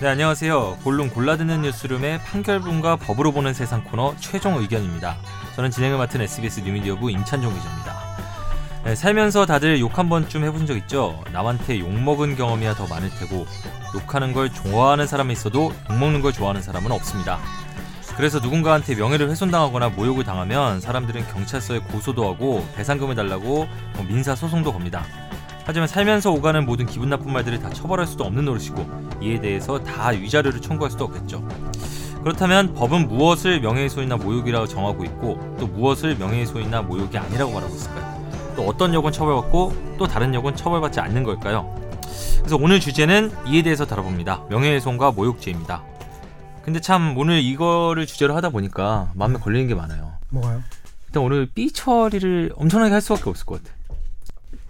네, 안녕하세요. 골룸 골라듣는 뉴스룸의 판결문과 법으로 보는 세상 코너 최종 의견입니다. 저는 진행을 맡은 SBS 뉴미디어부 임찬종 기자입니다. 네, 살면서 다들 욕 한 번쯤 해본 적 있죠? 남한테 욕먹은 경험이야 더 많을 테고 욕하는 걸 좋아하는 사람이 있어도 욕먹는 걸 좋아하는 사람은 없습니다. 그래서 누군가한테 명예를 훼손당하거나 모욕을 당하면 사람들은 경찰서에 고소도 하고 배상금을 달라고 뭐 민사 소송도 겁니다. 하지만 살면서 오가는 모든 기분 나쁜 말들을 다 처벌할 수도 없는 노릇이고 이에 대해서 다 위자료를 청구할 수도 없겠죠. 그렇다면 법은 무엇을 명예훼손이나 모욕이라고 정하고 있고 또 무엇을 명예훼손이나 모욕이 아니라고 말하고 있을까요? 또 어떤 역은 처벌받고 또 다른 역은 처벌받지 않는 걸까요? 그래서 오늘 주제는 이에 대해서 다뤄봅니다. 명예훼손과 모욕죄입니다. 근데 참 오늘 이거를 주제로 하다 보니까 마음에 걸리는 게 많아요. 뭐가요? 일단 오늘 삐 처리를 엄청나게 할 수밖에 없을 것 같아.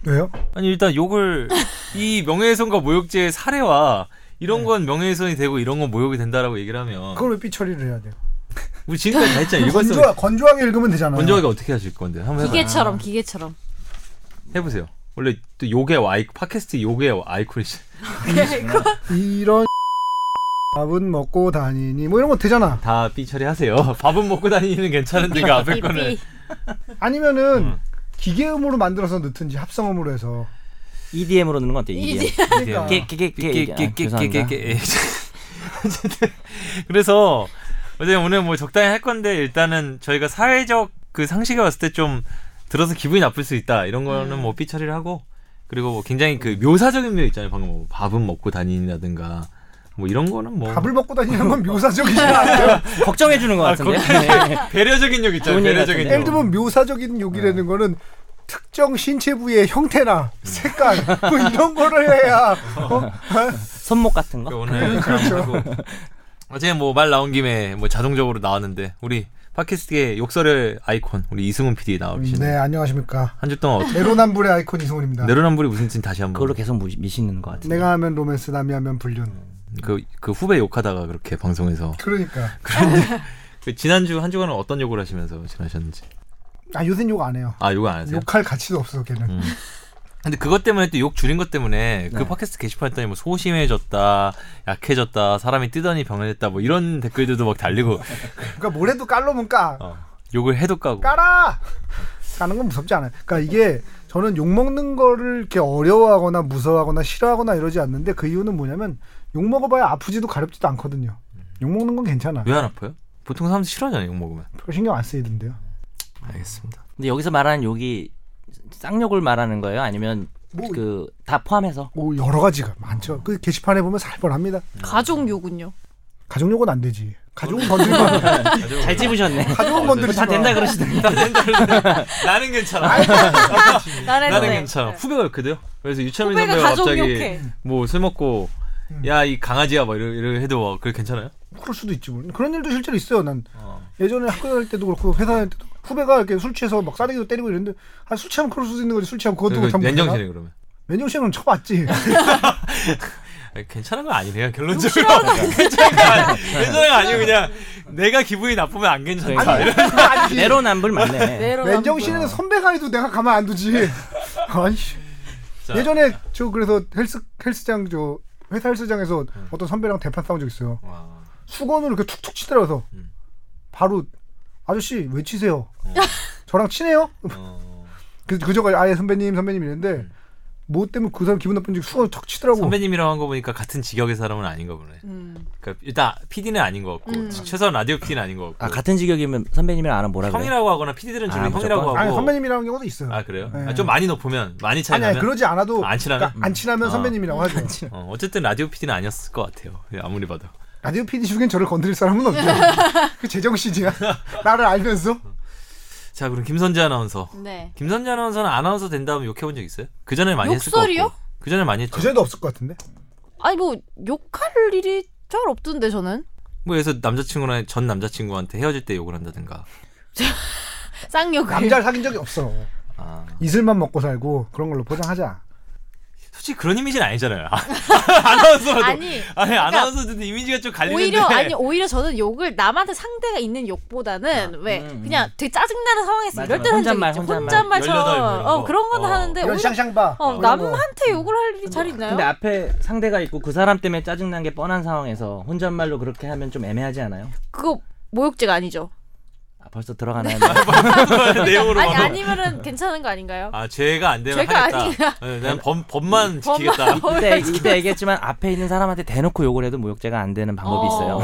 왜요? 아니 일단 욕을 이 명예훼손과 모욕죄의 사례와 이런 네. 건 명예훼손이 되고 이런 건 모욕이 된다라고 얘기를 하면 그걸 왜 삐처리를 해야 돼요? 우리 지금까지 다 했잖아. 일관성 건조하, 건조하게 읽으면 되잖아요. 건조하게 어떻게 하실 건데 한번 해봐. 기계처럼 기계처럼 해보세요. 원래 또 욕의 와이 팟캐스트 욕의 아이콘이시. 이런 밥은 먹고 다니니 뭐 이런 거 되잖아. 다삐 처리하세요. 밥은 먹고 다니는 괜찮은데 그 앞에 거는 삐삐 아니면은 음. 기계음으로 만들어서 넣든지 합성음으로 해서 EDM으로 E 넣는 건 어때요? EDM. 그러니까 예. 깨깨깨깨깨깨. 깨깨깨깨깨. 어쨌든 그래서 어제 오늘 뭐 적당히 할 건데 일단은 저희가 사회적 그 상식에 봤을 때 좀 들어서 기분이 나쁠 수 있다 이런 거는 음. 뭐 삐처리를 하고 그리고 뭐 굉장히 그 묘사적인 면 있잖아요 방금 뭐 밥은 먹고 다니라든가 뭐 이런 거는 뭐 밥을 먹고 다니는 건 묘사적이지 않아요. 걱정해 주는 것 아, 같은데. 네. 배려적인 욕 있잖아요 좋은 얘기 배려적인 같은데. 예를 욕 들면 묘사적인 네. 욕이라는 거는 특정 신체 부위의 형태나 색깔 뭐 이런 거를 해야 어? 손목 같은 거. 오늘 그렇죠. 어제 뭐 말 나온 김에 뭐 자동적으로 나왔는데 우리 팟캐스트의 욕설의 아이콘 우리 이승훈 PD 나와 계시네 네 안녕하십니까 한 주 동안 어떻게 내로남불의 아이콘 이승훈입니다. 내로남불이 무슨 짓 다시 한번 그걸로 계속 무시- 미시는 것 같은데. 내가 하면 로맨스 남이 하면 불륜. 그, 그 후배 욕하다가 그렇게 방송에서 그러니까 그런데 그 지난주 한 주간은 어떤 욕을 하시면서 지나셨는지 아 요새 욕 안 해요. 아 욕을 안 하세요? 욕할 가치도 없어 걔는. 음. 근데 그것 때문에 또 욕 줄인 것 때문에 그 네. 팟캐스트 게시판 했더니 뭐 소심해졌다 약해졌다 사람이 뜨더니 병원했다 뭐 이런 댓글들도 막 달리고 그러니까 뭐래도 깔로면 까 어, 욕을 해도 까고 까라 까는 건 무섭지 않아요. 그러니까 이게 저는 욕 먹는 거를 이렇게 어려워하거나 무서워하거나 싫어하거나 이러지 않는데 그 이유는 뭐냐면 욕 먹어봐야 아프지도 가렵지도 않거든요. 욕 먹는 건 음. 괜찮아. 왜 안 아파요? 보통 사람들 싫어하잖아요 욕 먹으면 별로 신경 안 쓰이던데요. 알겠습니다 근데 여기서 말하는 욕이 쌍욕을 말하는 거예요? 아니면 뭐, 그 다 포함해서? 뭐 여러 가지가 많죠. 그 게시판에 보면 살벌합니다. 가족 요군요. 가족 욕은 안 되지. 가족은 건들면 아, 잘 집으셨네. 뭐 가족은 건들지 다 마. 된다 그러시던데. 나는 괜찮아 나는, 음. 나는 네. 괜찮아. 네. 후배가 그래요? 그래서 유철민 후배가 선배가 가족 갑자기 욕해. 뭐 술 먹고 음. 야 이 강아지야 막 이러, 이러 해도 막 그게 괜찮아요? 그럴 수도 있지. 뭐. 그런 일도 실제로 있어요. 난 어. 예전에 학교 다닐 때도 그렇고 회사 다닐 때도 후배가 이렇게 술 취해서 막 싸대기도 때리고 이랬는데 아, 술 취하면 그럴 수도 있는 거지. 술 취하면 그것도 그러니까 못하면 맨정신에 그러면 맨정신은 쳐봤지. 아니, 괜찮은 건 아니네요 결론적으로 괜찮은 거 아니- 괜찮은 거 아니고 그냥 내가 기분이 나쁘면 안 괜찮다 그러니까. 이런 아니지. 내로남불 맞네. 내로 맨정신에는 선배가 해도 내가 가만 안 두지. 아니. 자. 예전에 저 그래서 헬스 헬스장 저 회사 헬스장에서 어떤 선배랑 대판 싸운 적 있어요. 와. 수건으로 이렇게 툭툭 치더라고서 음. 바로 아저씨 왜 치세요? 어. 저랑 친해요? 어. 그 그저가 아예 선배님 선배님 이랬는데 음. 뭐 때문에 그 사람 기분 나쁜지 수건 툭 치더라고. 선배님이라고 한 거 보니까 같은 직역의 사람은 아닌가 보네 음. 그러니까 일단 PD는 아닌 것 같고 음. 최소한 라디오 PD는 아닌 것 같고 아 같은 직역이면 선배님이랑 안 하면 뭐라 그래요? 형이라고 하거나 PD들은 주로 아, 형이라고 하고 무조건? 아니 선배님이라는 경우도 있어요. 아, 그래요? 네. 아, 좀 많이 높으면 많이 차이 아니, 아니 나면 그러지 않아도 안 친하면? 그러니까 안 친하면 아. 선배님이라고 하죠. 어, 어쨌든 라디오 PD는 아니었을 것 같아요 아무리 봐도 라디오 PD 중엔 저를 건드릴 사람은 없죠. 그 제정신이야. 나를 알면서. 음. 자 그럼 김선재 아나운서 네. 김선재 아나운서는 아나운서 된 다음 욕해본 적 있어요? 그 전에 많이 했을 것 욕설이요? 같고 그 전에 많이 했죠 그전에도 없을 것 같은데. 아니 뭐 욕할 일이 잘 없던데 저는 뭐 그래서 남자친구나 전 남자친구한테 헤어질 때 욕을 한다든가 쌍욕을 남자를 사귄 적이 없어. 아. 이슬만 먹고 살고 그런 걸로 포장하자. 솔직히 그런 이미지는 아니잖아요. 아, 아나운서라도 아니, 아니 그러니까 아나운서도 이미지가 좀 갈리는데 오히려 아니 오히려 저는 욕을 남한테 상대가 있는 아, 욕보다는 왜 음, 음. 그냥 되게 짜증나는 상황에서 맞아, 이럴 때는 혼잣말, 혼잣말. 열여덟 뭐 혼잣말처럼 이런 어 거. 그런 건 어. 하는데 이런 오히려 샹샹바. 어, 이런 아- 거. 남한테 욕을 할 일이 잘 있나요? 근데 앞에 상대가 있고 그 사람 때문에 짜증난 게 뻔한 상황에서 혼잣말로 그렇게 하면 좀 애매하지 않아요? 그거 모욕죄가 아니죠. 아, 벌써 들어가나요? 내용으로 아니 봐도. 아니면은 괜찮은 거 아닌가요? 아 죄가 안 되면 죄가 하겠다. 아니야. 네, 난 범, 법만 지키겠다. 이때, 이때 얘기했지만 앞에 있는 사람한테 대놓고 욕을 해도 모욕죄가 안 되는 방법이 어. 있어요.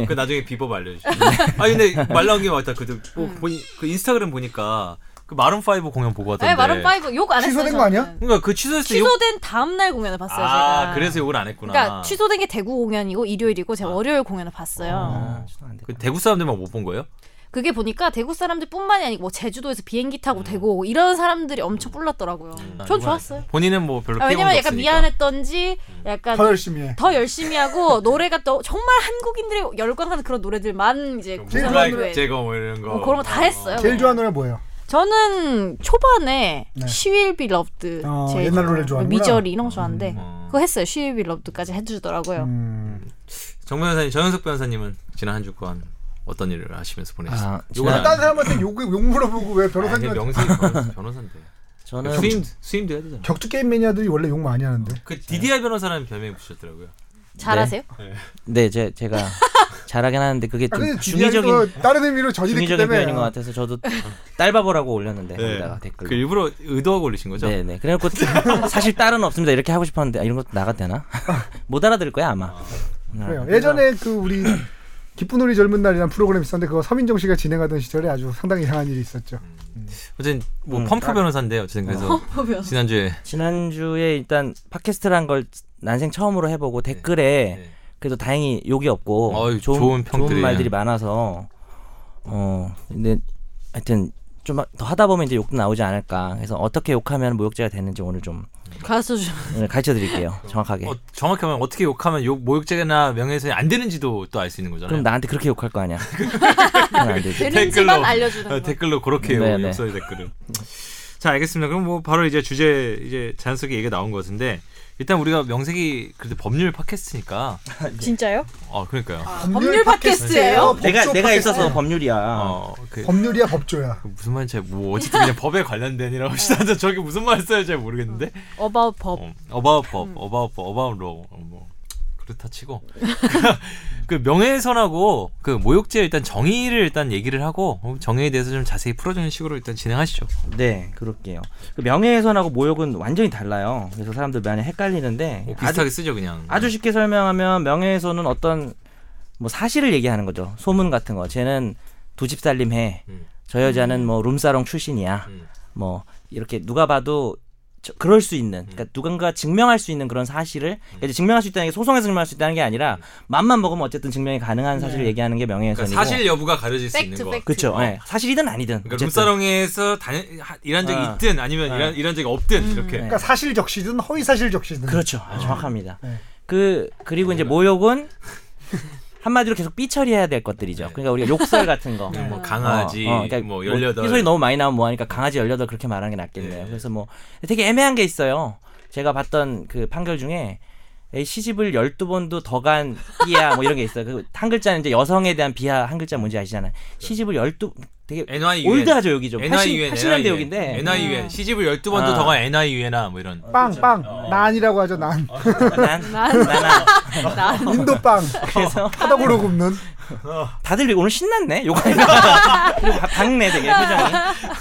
어, 그 나중에 비법 알려주세요. 아 근데 말 나온 게 맞다. 그, 뭐, 보니, 그 인스타그램 보니까 그 마룬 5 공연 보고 하던데. 네, 마룬 파이브 욕 안 했어요. 취소된 저는. 거 아니야? 그러니까 그 취소했어요. 취소된 다음 날 공연을 봤어요. 아 제가. 그래서 욕을 안 했구나. 그러니까 취소된 게 대구 공연이고 일요일이고 제가 아. 월요일 공연을 봤어요. 아, 죄송 안 돼. 그 대구 사람들만 못 본 거예요? 그게 보니까 대구 사람들뿐만이 아니고 뭐 제주도에서 비행기 음. 타고 대구 오고 이런 사람들이 엄청 뿔났더라고요. 전 좋았어요. 본인은 뭐 별로 아, 음. 피해본 왜냐면 적 약간 없으니까. 음. 미안했던지 약간 더 열심히 해. 더 열심히 하고 노래가 또 정말 한국인들의 열광하는 그런 노래들만 이제 제일 구성한 블라이크 후에 제거 뭐 이런 거. 뭐 그런 거 다 했어요. 제일 좋아하는 노래 뭐예요? 저는 초반에 네. She Will Be Loved 어, 옛날 노래를 좋아하는구나. 미저리 이런 거 좋아하는데 어. 그거 했어요. She Will Be Loved까지 해주더라고요. 음. 정 변호사님, 정현석 변호사님은 지난 한 주간 어떤 일을 하시면서 보내셨어요? 아, 요건 지난- 안- 다른 사람한테 욕, 욕 물어보고 왜 아니, 그냥 변호사님한테 명색이 변호사- 변호사인데. 저는 수임 수임도 해야 되잖아. 격투 게임 매니아들이 원래 욕 많이 하는데. 그 DDR 변호사라는 별명이 붙으셨더라고요. 잘하세요? 네, 제, 제가 잘하긴 하는데 그게 아, 좀 근데 중의적인 중의적인 거 다른 의미로 전이됐기 중의적인 때문에 표현인 것 같아서 저도 딸바보라고 올렸는데 네. 거기다가 그 댓글. 일부러 의도하고 올리신 거죠? 네네. 그래놓고 사실 딸은 없습니다. 이렇게 하고 싶었는데 아, 이런 것도 나가 되나? 못 알아들을 거야 아마. 그래요. 예전에 그 우리 기쁜 우리 젊은 날이란 프로그램 있었는데 그거 서민정 씨가 진행하던 시절에 아주 상당히 이상한 일이 있었죠. 어쨌든 뭐 음, 펌프 딱- 변호사인데 어쨌든 그래서 보면 지난주에 지난주에 일단 팟캐스트란 걸 난생 처음으로 해보고 댓글에 네. 그래도 다행히 욕이 없고 어이, 좋은, 좋은 평들이. 좋은 말들이 많아서 어 근데 하여튼 좀 더 하다 보면 이제 욕도 나오지 않을까 그래서 어떻게 욕하면 모욕죄가 되는지 오늘 좀 가수 좀 오늘 가르쳐 드릴게요 정확하게 어, 정확히 하면 어떻게 욕하면 욕, 모욕죄나 명예훼손이 안 되는지도 또 알 수 있는 거잖아요. 그럼 나한테 그렇게 욕할 거 아니야 그건 안 되지. 되는지만 댓글로. 알려주는 어, 거. 댓글로 그렇게 네, 네. 욕설의 댓글을. 자 알겠습니다. 그럼 뭐 바로 이제 주제 이제 자연스럽게 얘기가 나온 것 같은데 일단 우리가 명색이 그래도 법률 팟캐스트니까 네. 진짜요? 아 그러니까요. 법률 팟캐스트예요? 법조 내가 내가 팟캐스트예요. 있어서 법률이야 어, 그, 법률이야 법조야. 그 무슨 말인지 잘- 뭐 어쨌든 그냥 법에 관련된이라고 하시다는데 저게 무슨 말을 써야 잘 모르겠는데 어바웃 법. 어, about 법, about 법, about law 어, 뭐 그렇다 치고 그 명예훼손하고 그 모욕죄 일단 정의를 일단 얘기를 하고 어, 정의에 대해서 좀 자세히 풀어주는 식으로 일단 진행하시죠. 네 그럴게요 그 명예훼손하고 모욕은 완전히 달라요 그래서 사람들 많이 헷갈리는데 뭐 아주 비슷하게 쓰죠 그냥. 아주 쉽게 설명하면 명예훼손은 어떤 뭐 사실을 얘기하는 거죠. 소문 같은 거. 쟤는 두 집 살림해. 음. 저 여자는 뭐 룸사롱 출신이야. 음. 뭐 이렇게 누가 봐도 저- 그럴 수 있는, 음. 그러니까 누군가 증명할 수 있는 그런 사실을 그러니까 이제 증명할 수 있다는 게 소송에서 증명할 수 있다는 게 아니라 맘만 먹으면 어쨌든 증명이 가능한 사실을 얘기하는 게 명예훼손이고. 음. 네. 그러니까 사실 여부가 가려질 수 팩트, 있는 거. 팩트. 그렇죠. 어. 예. 사실이든 아니든. 그러니까 어쨌든. 룸사롱에서 다니, 하- 일한 적이 아. 있든 아니면 아. 일한, 일한 적이 없든 이렇게. 네. 그러니까 사실 적시든 허위 사실 적시든. 그렇죠. 아, 정확합니다. 네. 그 그리고 이제 모욕은 한마디로 계속 삐처리해야 될 네. 것들이죠. 그러니까 우리가 욕설 같은 거. 뭐 어, 강아지, 뭐 열여덟. 그러니까 이 소리 너무 많이 나오면 뭐하니까 강아지 열여덟 그렇게 말하는 게 낫겠네요. 예. 그래서 뭐 되게 애매한 게 있어요. 제가 봤던 그 판결 중에 에이, 시집을 12번도 더 간 삐야 뭐 이런 게 있어요. 그 한 글자는 이제 여성에 대한 비하 한 글자 뭔지 아시잖아요. 그렇죠. 시집을 12 되게 NIUN. 올드하죠 여기 좀. 80, NIUN, 80년대 욕인데 NIUN. 시집을 12번도 아. 더간 NIUN아 뭐 이런. 그렇죠. 빵빵 어. 난이라고 하죠 난 난, 난- 나나 나 인도 빵 어. 그래서 타덕으로 굽는 다들 오늘 신났네. 요가니까. 박네 되게 표정이.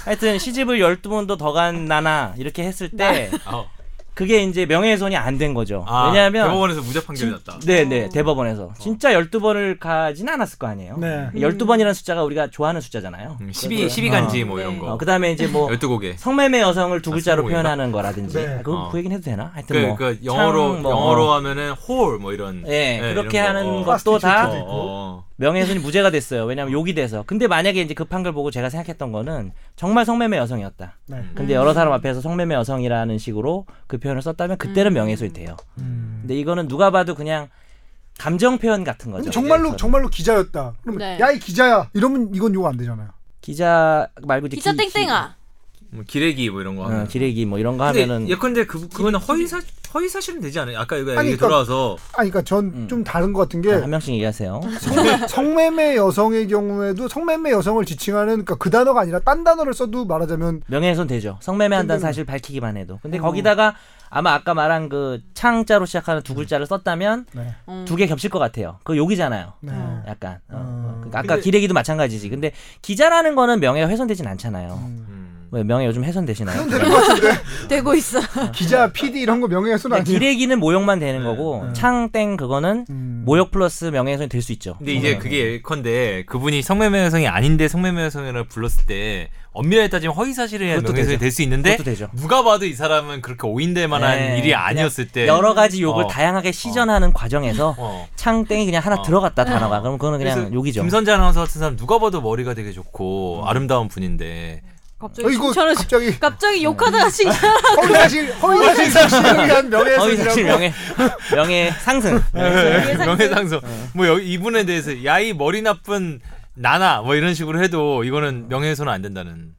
하여튼 시집을 12번도 더 간 나나 이렇게 했을 때 어. 그게 이제 명예훼손이 안 된 거죠. 아, 아. 왜냐하면 대법원에서 무죄 판결이 났다. 어. 네네 대법원에서 진짜 12번을 가진 않았을 거 아니에요. 네. 12번이라는 숫자가 우리가 좋아하는 숫자잖아요. 음, 12, 그렇죠. 12간지 뭐 이런 네. 거. 어, 그다음에 이제 뭐 12곡에. 성매매 여성을 두 글자로 아, 성공인가? 표현하는 거라든지 네. 아, 그, 어. 그 얘기는 해도 되나? 하여튼 그, 뭐, 그 영어로 창, 뭐, 영어로 어. 하면은 홀 뭐 이런. 예, 그렇게 이런 하는 거. 아, 것도 다 어, 어. 명예훼손이 무죄가 됐어요. 왜냐하면 욕이 돼서. 근데 만약에 이제 그 판결 보고 제가 생각했던 거는 정말 성매매 여성이었다. 네. 근데 여러 사람 앞에서 성매매 여성이라는 식으로 그 표현을 썼다면 음. 그때는 명예훼손이 돼요. 음. 근데 이거는 누가 봐도 그냥 감정 표현 같은 거죠. 근데 정말로 그래서 정말로 기자였다 그러면 네. 야이 기자야 이러면 이건 욕 안 되잖아요 기자 말고 이제 기자 기- 기- 땡땡아. 뭐 기레기 뭐 이런 거 하면. 어, 기레기 뭐 이런 거 근데 하면은 예컨대 그 그거는 허위 사 허위 사실은 되지 않아요? 아까 이거 아니, 얘기 그러니까- 돌아와서 아니 그러니까 전 음. 좀 다른 것 같은 아, 자, 게 한 명씩 얘기하세요. 성매매 여성의 경우에도 성매매 여성을 지칭하는 그러니까 그 단어가 아니라 딴 단어를 써도 말하자면 명예훼손 되죠. 성매매한다는 근데- 사실 밝히기만 해도. 근데 어. 거기다가 아마 아까 말한 그 창자로 시작하는 두 글자를 썼다면 네. 음. 두 개 겹칠 것 같아요. 그거 욕이잖아요. 네. 음. 약간 어, 음. 그러니까 아까 근데- 기레기도 마찬가지지. 근데 기자라는 거는 명예 훼손되진 않잖아요. 음. 음. 왜 명예 요즘 훼손되시나요? 되고 있어. 기자, PD 이런 거 명예훼손 근데 아니에요? 네, 기레기는 모욕만 되는 네. 거고 네. 창땡 그거는 음. 모욕 플러스 명예훼손이 될 수 있죠. 근데 이제 그게 예컨대 그분이 어. 성매매 여성이 아닌데 성매매 여성이라고 불렀을 때 엄밀하게 따지면 허위 사실에 의한 그것도 명예훼손이 되죠. 될 수 있는데 그것도 되죠. 누가 봐도 이 사람은 그렇게 오인될 만한 네. 일이 아니었을 때 여러 가지 욕을 어. 다양하게 시전하는 과정에서 어. 창땡이 그냥 하나 어. 들어갔다 단어가 그럼 그거는 그래서 그냥 욕이죠. 김선재 아나운서 같은 사람 누가 봐도 머리가 되게 좋고 아름다운 분인데 갑자기 어, 이거 칭찬을 갑자기 갑자기 욕하다가 칭찬. 허위사실 허위사실 사실을 위한 허위 명예훼손이라고 사실 명예 명예 상승. 명예상승 뭐 여기 이분에 대해서 야 이 머리 나쁜 나나 뭐 이런 식으로 해도 이거는 명예훼손은 안 된다는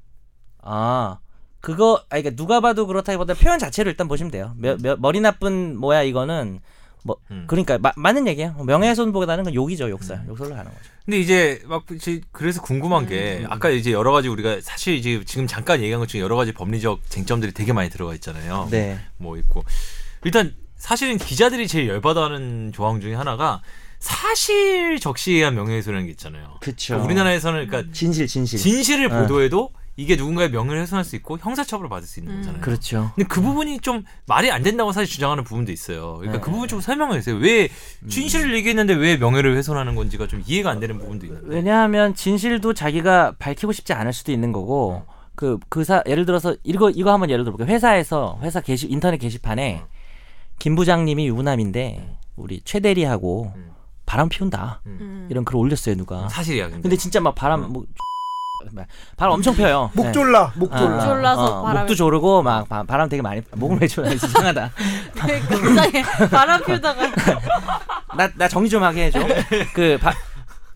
아 그거 아 그러니까 누가 봐도 그렇다기보다 표현 자체를 일단 보시면 돼요. 며- 며- 머리 나쁜 뭐야 이거는 뭐 음. 그러니까 마- 맞는 얘기예요. 명예훼손보다는 건 욕이죠 욕설 욕설로 가는 거죠. 근데 이제 막 이제 그래서 궁금한 음, 게 아까 이제 여러 가지 우리가 사실 이제 지금 잠깐 얘기한 것 중에 여러 가지 법리적 쟁점들이 되게 많이 들어가 있잖아요. 네. 뭐 있고 일단 사실은 기자들이 제일 열받아하는 조항 중에 하나가 사실 적시에 의한 명예훼손이라는 게 있잖아요. 그렇죠. 그러니까 우리나라에서는 그러니까 진실 진실. 진실을 음. 네. 보도해도 이게 누군가의 명예를 훼손할 수 있고 형사처벌을 받을 수 있는 음. 거잖아요. 그렇죠. 근데 그 부분이 좀 말이 안 된다고 사실 주장하는 부분도 있어요. 그러니까 네. 그 부분 좀 설명해 주세요. 왜 진실을 얘기했는데 왜 명예를 훼손하는 건지가 좀 이해가 안 되는 부분도 있는데. 왜냐하면 진실도 자기가 밝히고 싶지 않을 수도 있는 거고 그 그사 예를 들어서 이거 이거 한번 예를 들어볼게요. 회사에서 회사 게시 인터넷 게시판에 김 부장님이 유부남인데 우리 최 대리하고 음. 바람 피운다 음. 이런 글을 올렸어요 누가. 사실이야 근데. 근데 진짜 막 바람 뭐 바람 엄청 펴요. 네. 목졸라 목졸라 아. 졸라서 바람이- 목도 조르고 막 바, 람 되게 많이 목을 왜 졸라 이상하다. 그러니까 갑자기 바람 피우다가 나 나 정리 좀 하게 해줘. 그 바,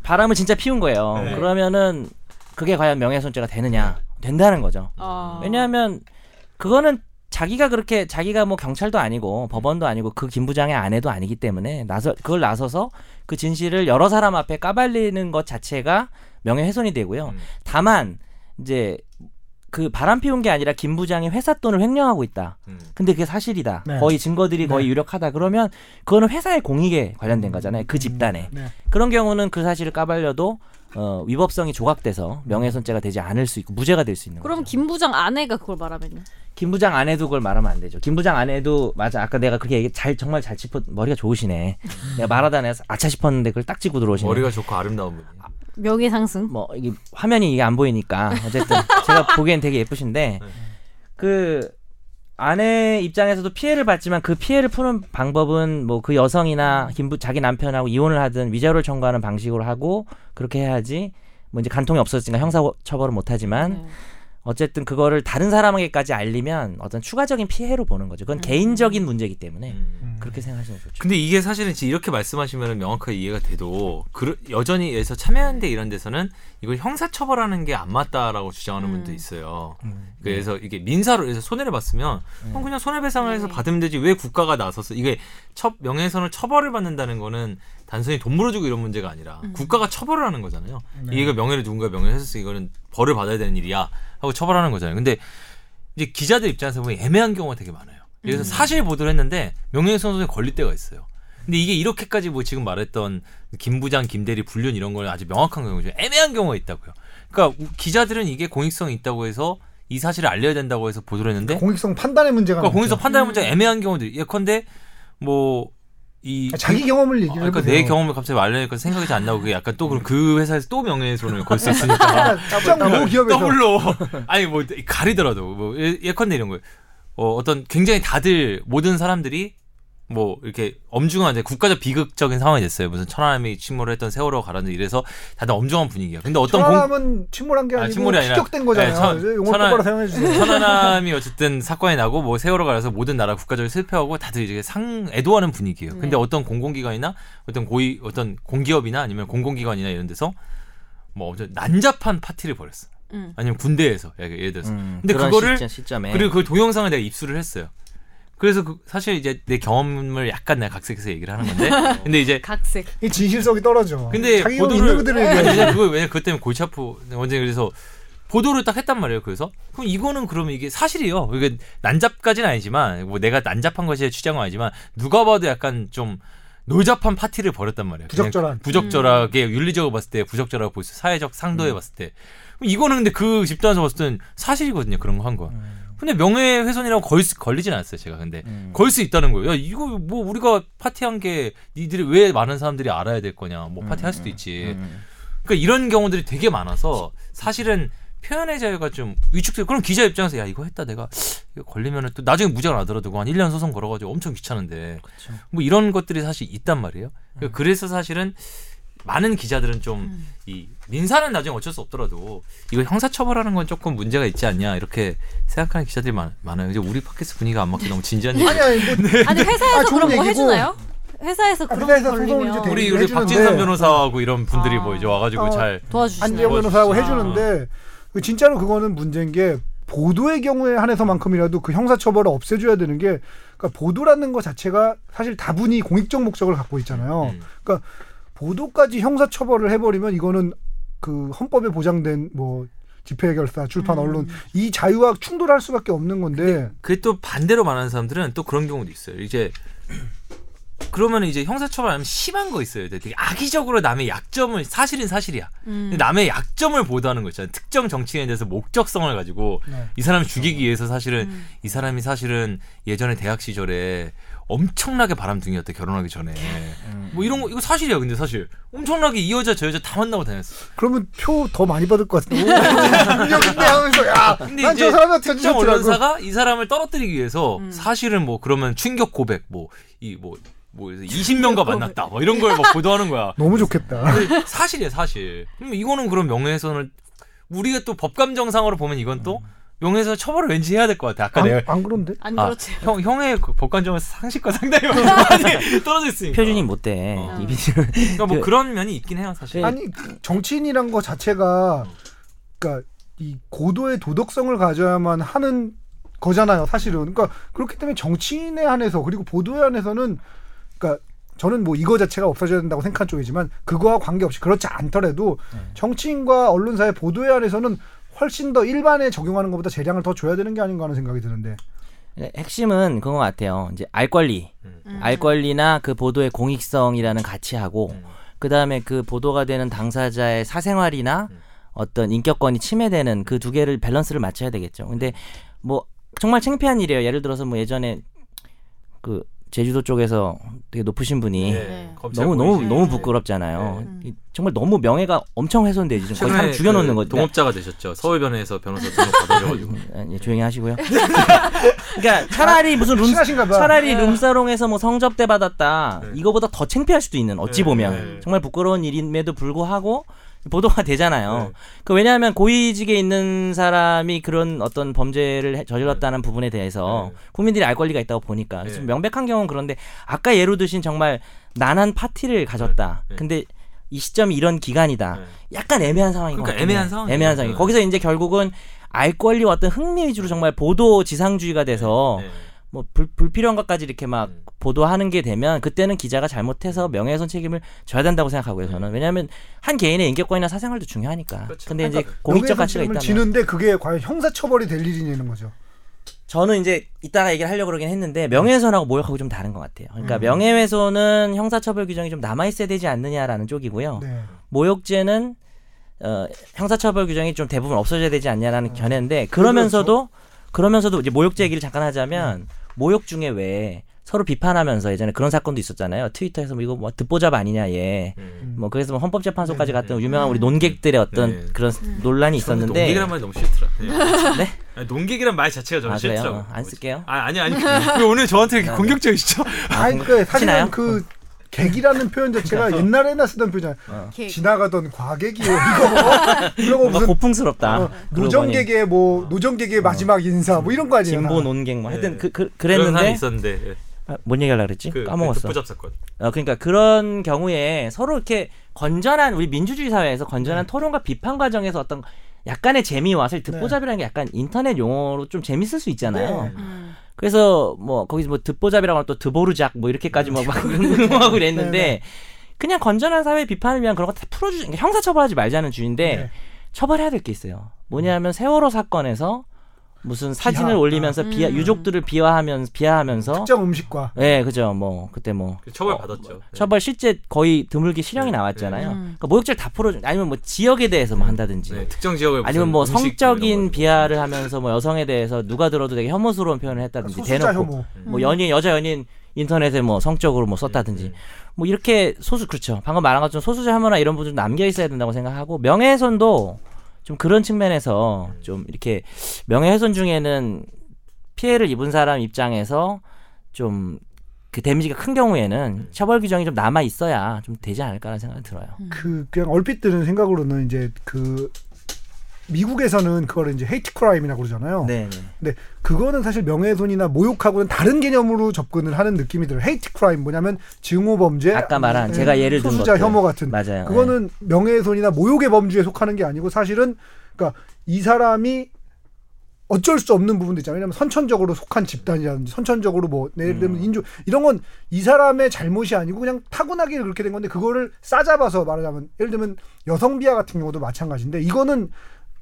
바람을 진짜 피운 거예요. 네. 그러면은 그게 과연 명예훼손죄가 되느냐? 된다는 거죠. 어. 왜냐하면 그거는 자기가 그렇게 자기가 뭐 경찰도 아니고 법원도 아니고 그 김 부장의 아내도 아니기 때문에 나서 그걸 나서서 그 진실을 여러 사람 앞에 까발리는 것 자체가 명예훼손이 되고요. 음. 다만 이제 그 바람 피운 게 아니라 김 부장이 회사 돈을 횡령하고 있다. 음. 근데 그게 사실이다. 네. 거의 증거들이 거의 네. 음. 유력하다. 그러면 그거는 회사의 공익에 관련된 거잖아요. 그 집단에. 네. 그런 경우는 그 사실을 까발려도 어, 위법성이 조각돼서 명예훼손죄가 되지 않을 수 있고 무죄가 될 수 있는 그럼 거죠. 김 부장 아내가 그걸 말하면요. 김 부장 아내도 그걸 말하면 안 되죠. 김 부장 아내도 맞아. 아까 내가 그렇게 얘기 잘 정말 잘 짚어 머리가 좋으시네. 내가 말하다 내가 아차 싶었는데 그걸 딱 짚고 들어오시네. 머리가 좋고 아름다운 분이. 명예 상승. 뭐 이게 화면이 이게 안 보이니까 어쨌든 제가 보기엔 되게 예쁘신데 네. 그 아내 입장에서도 피해를 받지만 그 피해를 푸는 방법은 뭐 그 여성이나 김부 자기 남편하고 이혼을 하든 위자료를 청구하는 방식으로 하고 그렇게 해야지 뭐 이제 간통이 없었으니까 형사 처벌은 음. 못하지만 네. 어쨌든 그거를 다른 사람에게까지 알리면 어떤 추가적인 피해로 보는 거죠. 그건 개인적인 문제이기 때문에 음. 그렇게 생각하시면 좋죠. 근데 이게 사실은 지금 이렇게 말씀하시면 명확하게 이해가 돼도 그르- 여전히 에서 참여연대 이런 데서는 이걸 형사처벌하는 게 안 맞다라고 주장하는 음. 분도 있어요. 그래서 이게 민사로 해서 손해를 봤으면 그럼 그냥 손해배상을 해서 네. 받으면 되지 왜 국가가 나서서 이게 첫 명예훼손을 처벌을 받는다는 거는 단순히 돈 물어주고 이런 문제가 아니라 음. 국가가 처벌을 하는 거잖아요. 이게 명예를 누군가 명예훼손해서 이거는 벌을 받아야 되는 일이야 하고 처벌하는 거잖아요. 근데 이제 기자들 입장에서 보면 애매한 경우가 되게 많아요. 그래서 음. 사실 보도를 했는데 명예훼손에 걸릴 때가 있어요. 근데 이게 이렇게까지 뭐 지금 말했던 김 부장, 김 대리 불륜 이런 거는 아주 명확한 경우 중에 애매한 경우가 있다고요. 그러니까 우- 기자들은 이게 공익성이 있다고 해서 이 사실을 알려야 된다고 해서 보도를 했는데 공익성 판단의 문제가 아. 그러니까 많죠. 공익성 판단 문제가 애매한 경우들 예컨대 뭐이 아, 자기 경험을 얘기를 그러니까 해보세요. 내 경험을 갑자기 말려니까 생각이 잘 안 나고 그게 약간 또 그럼 그 회사에서 또 명예훼손을 걸 수 있으니까 아, 특정 모 기업에서 아, 더블로 아니 뭐 가리더라도 뭐 예- 예컨대 이런 거예요. 어, 어떤 굉장히 다들 모든 사람들이 뭐 이렇게 엄중한 이제 국가적 비극적인 상황이 됐어요. 무슨 천안함이 침몰을 했던 세월호 가라앉은 이래서 다들 엄중한 분위기야. 근데 어떤 공 천안함은 침몰한 게 아, 아니고 침몰이 아니라- 추격된 거잖아요. 네, 천- 이제 용어 천안- 똑바로 사용해 주세요. 천안함이 어쨌든 사건이 나고 뭐 세월호 가라서 모든 나라 국가적으로 실패하고 다들 이제 상 애도하는 분위기예요. 근데 네. 어떤 공공기관이나 어떤 고위 어떤 공기업이나 아니면 공공기관이나 이런 데서 뭐 엄청 난잡한 파티를 벌였어. 음. 아니면 군대에서 예를 들어서 음, 근데 그런 그거를- 시점, 네. 시점에 그리고 그 동영상을 내가 입수를 했어요. 그래서 그- 사실 이제 내 경험을 약간 내가 각색해서 얘기를 하는 건데 근데 이제 각색. 이 진실성이 떨어져. 근데 자기 보도를 보도를 있는 그대로 아니, 얘기하지. 왜냐면 그거 왜냐 그것 때문에 골치 아프 언제 그래서 보도를 딱 했단 말이에요. 그래서 그럼 이거는 그러면 이게 사실이에요. 이게 난잡까지는 아니지만 뭐 내가 난잡한 것이 취한 건 아니지만 누가 봐도 약간 좀 노잡한 파티를 벌였단 말이에요. 그냥 부적절한. 부적절하게 음. 윤리적으로 봤을 때 부적절하고 보였어요. 사회적 상도에 봤을 때 그럼 이거는 근데 그 집단에서 봤을 때는 사실이거든요. 그런 거 한 거. 근데 명예훼손이라고 걸 수, 걸리진 않았어요. 제가 근데 음. 걸 수 있다는 거예요. 야, 이거 뭐 우리가 파티한 게 니들이 왜 많은 사람들이 알아야 될 거냐. 뭐 파티할 수도 있지. 음. 그러니까 이런 경우들이 되게 많아서 사실은 표현의 자유가 좀 위축돼. 그럼 기자 입장에서 야 이거 했다 내가 이거 걸리면은 또 나중에 무죄가 나더라도 한 1년 소송 걸어가지고 엄청 귀찮은데 그쵸. 뭐 이런 것들이 사실 있단 말이에요. 음. 그러니까 그래서 사실은 많은 기자들은 좀 이 민사는 나중에 어쩔 수 없더라도 이거 형사처벌하는 건 조금 문제가 있지 않냐 이렇게 생각하는 기자들이 많, 아요 이제 우리 팟캐스트 분위기가 안 맞게 너무 진지한 얘기. 아니 아니 뭐 아니 회사에서 아, 좋은 그럼 뭐 얘기고. 해주나요? 회사에서 아, 그런 회사에서 거 소송을 이제 걸리면 되게- 우리 얘기를 우리 해주는데. 박진선 변호사하고 이런 분들이 아. 뭐 이제 와가지고 네. 어, 잘 도와주시나요? 안지영 뭐 변호사하고 진짜. 해주는데 그 진짜로 그거는 문제인 게 보도의 경우에 한해서만큼이라도 그 형사처벌을 없애줘야 되는 게 그러니까 보도라는 것 자체가 사실 다분히 공익적 목적을 갖고 있잖아요. 음. 그러니까 보도까지 형사처벌을 해버리면 이거는 그 헌법에 보장된 뭐 집회결사, 출판, 음. 언론 이 자유와 충돌할 수밖에 없는 건데 그게 또 반대로 말하는 사람들은 또 그런 경우도 있어요. 이제 그러면 이제 형사처벌하면 심한 거 있어요. 되게 악의적으로 남의 약점을 사실은 사실이야. 음. 근데 남의 약점을 보도하는 거 있잖아요. 특정 정치인에 대해서 목적성을 가지고 네. 이 사람을 죽이기 위해서 사실은 이 사람이 사실은 예전에 대학 시절에 엄청나게 바람둥이였대 결혼하기 전에 뭐 이런 거 이거 사실이야 근데 사실 엄청나게 이 여자 저 여자 다 만나고 다녔어 그러면 표 더 많이 받을 것 같은데. 능력인데 하면서 야, 근데 난 저 이제 사람한테 특정 주셨더라고. 언론사가 이 사람을 떨어뜨리기 위해서 음. 사실은 뭐 그러면 충격 고백 뭐 이 뭐 뭐 20명과 만났다 뭐 이런 걸 막 보도하는 거야 너무 좋겠다. 네. 근데 사실이야 사실. 그럼 이거는 그럼 명예훼손을 우리가 또 법감정상으로 보면 이건 음. 또 명예훼손 처벌을 왠지 해야 될 것 같아. 아까 안, 내가 안 그런데? 안 그렇죠. 아, 그렇죠. 그렇지. 형 형의 그 법감정은 상식과 상당히 많이 떨어져 있으니까. 표준이 못돼 어. 이 비디오 네. 그러니까 뭐 그런 면이 있긴 해요 사실. 아니 정치인이란 거 자체가 그러니까 이 고도의 도덕성을 가져야만 하는 거잖아요, 사실은. 그러니까 그렇기 때문에 정치인에 한해서 그리고 보도에 한해서는 그러니까 저는 뭐 이거 자체가 없어져야 된다고 생각한 쪽이지만 그거와 관계없이 그렇지 않더라도 네. 정치인과 언론사의 보도에 한해서는 훨씬 더 일반에 적용하는 것보다 재량을 더 줘야 되는 게 아닌가 하는 생각이 드는데 예, 핵심은 그런 것 같아요. 이제 알 권리, 음. 알 권리나 그 보도의 공익성이라는 가치하고 그 다음에 그 보도가 되는 당사자의 사생활이나 음. 어떤 인격권이 침해되는 그 두 개를 밸런스를 맞춰야 되겠죠. 근데 뭐 정말 창피한 일이에요. 예를 들어서 뭐 예전에 그 제주도 쪽에서 되게 높으신 분이 네. 검찰 너무 너무 보이지. 너무 네. 부끄럽잖아요. 음. 정말 너무 명예가 엄청 훼손되지. 지금 거의 사람 최근에 죽여놓는 그 거죠. 동업자가 되셨죠. 서울변호에서 변호사 등록 받으셔가지고. 아, 예, 조용히 하시고요. 그러니까 차라리 무슨 룸 친하신가 봐. 차라리 네. 룸사롱에서 뭐 성접대 받았다. 이거보다 더 창피할 수도 있는 어찌 네, 보면 네. 정말 부끄러운 일임에도 불구하고 보도가 되잖아요. 네. 그 왜냐하면 고위직에 있는 사람이 그런 어떤 범죄를 해- 저질렀다는 부분에 대해서 네. 국민들이 알 권리가 있다고 보니까 네. 좀 명백한 경우는 그런데 아까 예로 드신 정말 난한 파티를 가졌다. 네. 근데 이 시점이 이런 기간이다. 네. 약간 애매한 상황인 것 그러니까 같아요. 애매한 상황이에요. 애매한 상황. 네. 거기서 이제 결국은 알 권리와 어떤 흥미 위주로 정말 보도 지상주의가 돼서 네. 뭐 불, 불필요한 것까지 이렇게 막 음. 보도하는 게 되면 그때는 기자가 잘못해서 명예훼손 책임을 져야 된다고 생각하고요. 저는 왜냐하면 한 개인의 인격권이나 사생활도 중요하니까. 그렇죠. 근데 이제 그러니까 명예훼손 공익적 가치가 책임을 있다면 지는데 그게 과연 형사처벌이 될 일이냐는 거죠. 저는 이제 이따가 얘기를 하려고 그러긴 했는데 명예훼손하고 모욕하고 좀 다른 것 같아요. 그러니까 명예훼손은 형사처벌 규정이 좀 남아 있어야 되지 않느냐라는 쪽이고요. 네. 모욕죄는 어, 형사처벌 규정이 좀 대부분 없어져야 되지 않냐라는 견해인데 그러면서도 그렇죠. 그러면서도 이제 음. 모욕죄 얘기를 잠깐 하자면 모욕 중에 왜 서로 비판하면서 예전에 그런 사건도 있었잖아요. 트위터에서 뭐 이거 뭐 듣보잡 아니냐 얘. 음. 뭐 그래서 뭐 헌법재판소까지 네네. 음. 갔던 유명한 우리 논객들의 어떤 네. 그런 논란이 있었는데 농객이란 말이 너무 싫더라. 네. 네? 아니, 논객이란 말 자체가 저는 아, 그래요? 싫더라고. 어, 안 쓸게요. 아, 아니 아니. 네. 왜 오늘 저한테 이렇게 공격적이시죠? 아니 그 치나요? 어. 사실은 그 객이라는 표현 자체가 옛날에나 쓰던 표현이잖아요. 이렇게 지나가던 과객이요 이거 그리고 뭔가 무슨 고풍스럽다. 어, 뭐 그러고 보니 어. 노정객의 뭐 노정객의 마지막 인사 뭐 이런 거 아니에요? 진보 논객 뭐 하여튼 네. 그, 그 그런 사람이 그랬는데 있었는데 예. 아, 뭔 얘기하려고 그랬지? 그 까먹었어. 독보잡 사건. 어, 그러니까 그런 경우에 서로 이렇게 건전한 우리 민주주의 사회에서 건전한 토론과 비판 과정에서 어떤 약간의 재미와 사실 네. 듣보잡이라는 게 약간 인터넷 용어로 좀 재밌을 수 있잖아요. 네. 음. 그래서 뭐 거기서 뭐 듣보잡이라고 하면 또 드보르작 뭐 이렇게까지 뭐막 응용하고 이랬는데 음. 네, 그냥 건전한 사회 비판을 위한 그런 거 다 풀어주 그러니까 형사처벌하지 말자는 주인데 네. 음. 처벌해야 될 게 있어요. 뭐냐면 세월호 사건에서 무슨 사진을 비하. 음. 올리면서 비하 음. 유족들을 비하하면서 비하하면서 특정 음식과 예, 네, 그죠. 뭐 그때 뭐 처벌 받았죠. 네. 처벌 실제 거의 드물게 실형이 네, 나왔잖아요. 네. 그러니까 모욕죄를 다 풀어 아니면 뭐 지역에 대해서 뭐 한다든지 네, 특정 지역을 아니면 뭐 무슨 음식 이런 성적인 거. 비하를 하면서 뭐 여성에 대해서 누가 들어도 되게 혐오스러운 표현을 했다든지 그러니까 소수자 대놓고 혐오. 뭐 연인 여자 연인 인터넷에 뭐 성적으로 뭐 썼다든지 음. 뭐 이렇게 소수 그렇죠 방금 말한 것처럼 소수자 혐오나 이런 부분 좀 남겨 있어야 된다고 생각하고 명예훼손도 좀 그런 측면에서 네. 좀 이렇게 명예훼손 중에는 피해를 입은 사람 입장에서 좀 그 데미지가 큰 네. 경우에는 처벌 규정이 좀 남아 있어야 좀 되지 않을까라는 생각이 들어요. 그 그냥 얼핏 드는 생각으로는 이제 그 미국에서는 그걸 이제 헤이트 크라임이라고 그러잖아요. 네, 네. 근데 그거는 사실 명예훼손이나 모욕하고는 다른 개념으로 접근을 하는 느낌이 들어요. 헤이트 크라임 뭐냐면 증오 범죄 아까 말한 네. 제가 예를 든 소수자 것들. 혐오 같은 맞아요. 네. 그거는 명예훼손이나 모욕의 범주에 속하는 게 아니고 사실은 그러니까 이 사람이 어쩔 수 없는 부분도 있잖아요. 왜냐하면 선천적으로 속한 집단이라든지 선천적으로 뭐 예를 들면 음. 인종 이런 건 이 사람의 잘못이 아니고 그냥 타고나게 그렇게 된 건데 그거를 싸잡아서 말하자면 예를 들면 여성 비하 같은 경우도 마찬가지인데 이거는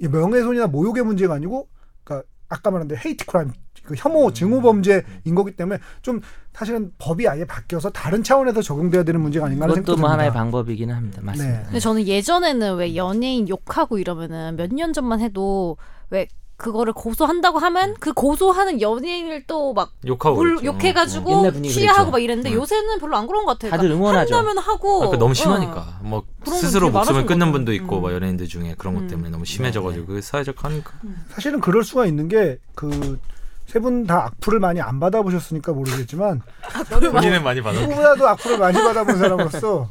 이 명예훼손이나 모욕의 문제가 아니고 그러니까 아까 말한 데 헤이트 크라임 그 음. 혐오 증오 범죄인 거기 때문에 좀 사실은 법이 아예 바뀌어서 다른 차원에서 적용돼야 되는 문제가 예. 아닌가 하는 생각도 그것도 뭐 듭니다. 하나의 방법이기는 합니다. 맞습니다. 네. 근데 저는 예전에는 왜 연예인 욕하고 이러면은 몇 년 전만 해도 왜 그거를 고소한다고 하면 그 고소하는 연예인을 또막 욕하고 그렇죠. 그랬죠. 어, 욕해가지고 옛날 분위기 취하하고 그랬죠. 막 이랬는데 요새는 별로 안 그런 것 같아요. 그러니까 다들 응원하죠. 아, 한다면 하고 그러니까 너무 어. 심하니까 뭐 그런 건 스스로 되게 많아진 목숨을 끊는 거죠. 분도 있고 음. 막 연예인들 중에 그런 것 음. 때문에 너무 심해져가지고 그게 사회적 하니까 사실은 그럴 수가 있는 게 그 세 분 다 악플을 많이 안 받아보셨으니까 모르겠지만 본인은 많이 받아. 누구보다도 악플을 많이 받아본 사람으로서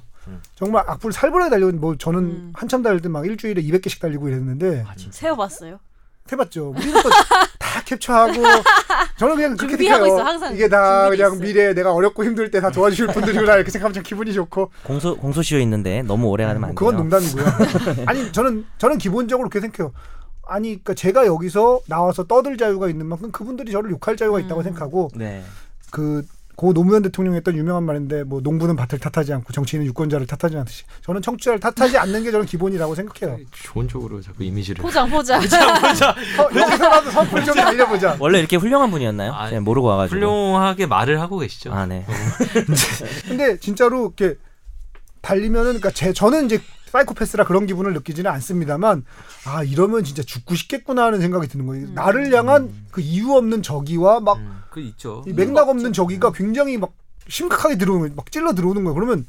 정말 악플 살벌하게 달리고 뭐 저는 음. 한참 달릴 때 막 일주일에 200개씩 달리고 이랬는데 아, 세어봤어요. 해봤죠. 우리는 또다 캡처하고 저는 그냥 그렇게 준비하고 느껴요. 있어, 항상 이게 다 준비돼 그냥 있어. 미래에 내가 어렵고 힘들 때 다 음. 도와주실 분들이구나 이렇게 생각하면 참 기분이 좋고 공소 공소시효 있는데 너무 오래 가면 음, 안 돼요. 그건 농담이고요. 아니 저는 저는 기본적으로 그렇게 생각해요. 아니 그러니까 제가 여기서 나와서 떠들 자유가 있는 만큼 그분들이 저를 욕할 자유가 음. 있다고 생각하고 네. 그 고 노무현 대통령이 했던 유명한 말인데 뭐 농부는 밭을 탓하지 않고 정치인은 유권자를 탓하지 않듯이 저는 청취자를 탓하지 않는 게 저는 기본이라고 생각해요. 좋은 쪽으로 자꾸 이미지를. 포장 아, 포장. 어, 여기서라도 선풀 좀 날려보자. 원래 이렇게 훌륭한 분이었나요? 아, 제가 모르고 와가지고. 훌륭하게 말을 하고 계시죠. 아 네. 근데 진짜로 이렇게 달리면은 그러니까 제 저는 이제 사이코패스라 그런 기분을 느끼지는 않습니다만 아 이러면 진짜 죽고 싶겠구나 하는 생각이 드는 거예요. 나를 향한 그 이유 없는 저기와 막 음, 그 있죠. 네, 이 맥락 없는 저기가 굉장히 막 심각하게 들어오는 거예요. 막 찔러 들어오는 거예요. 그러면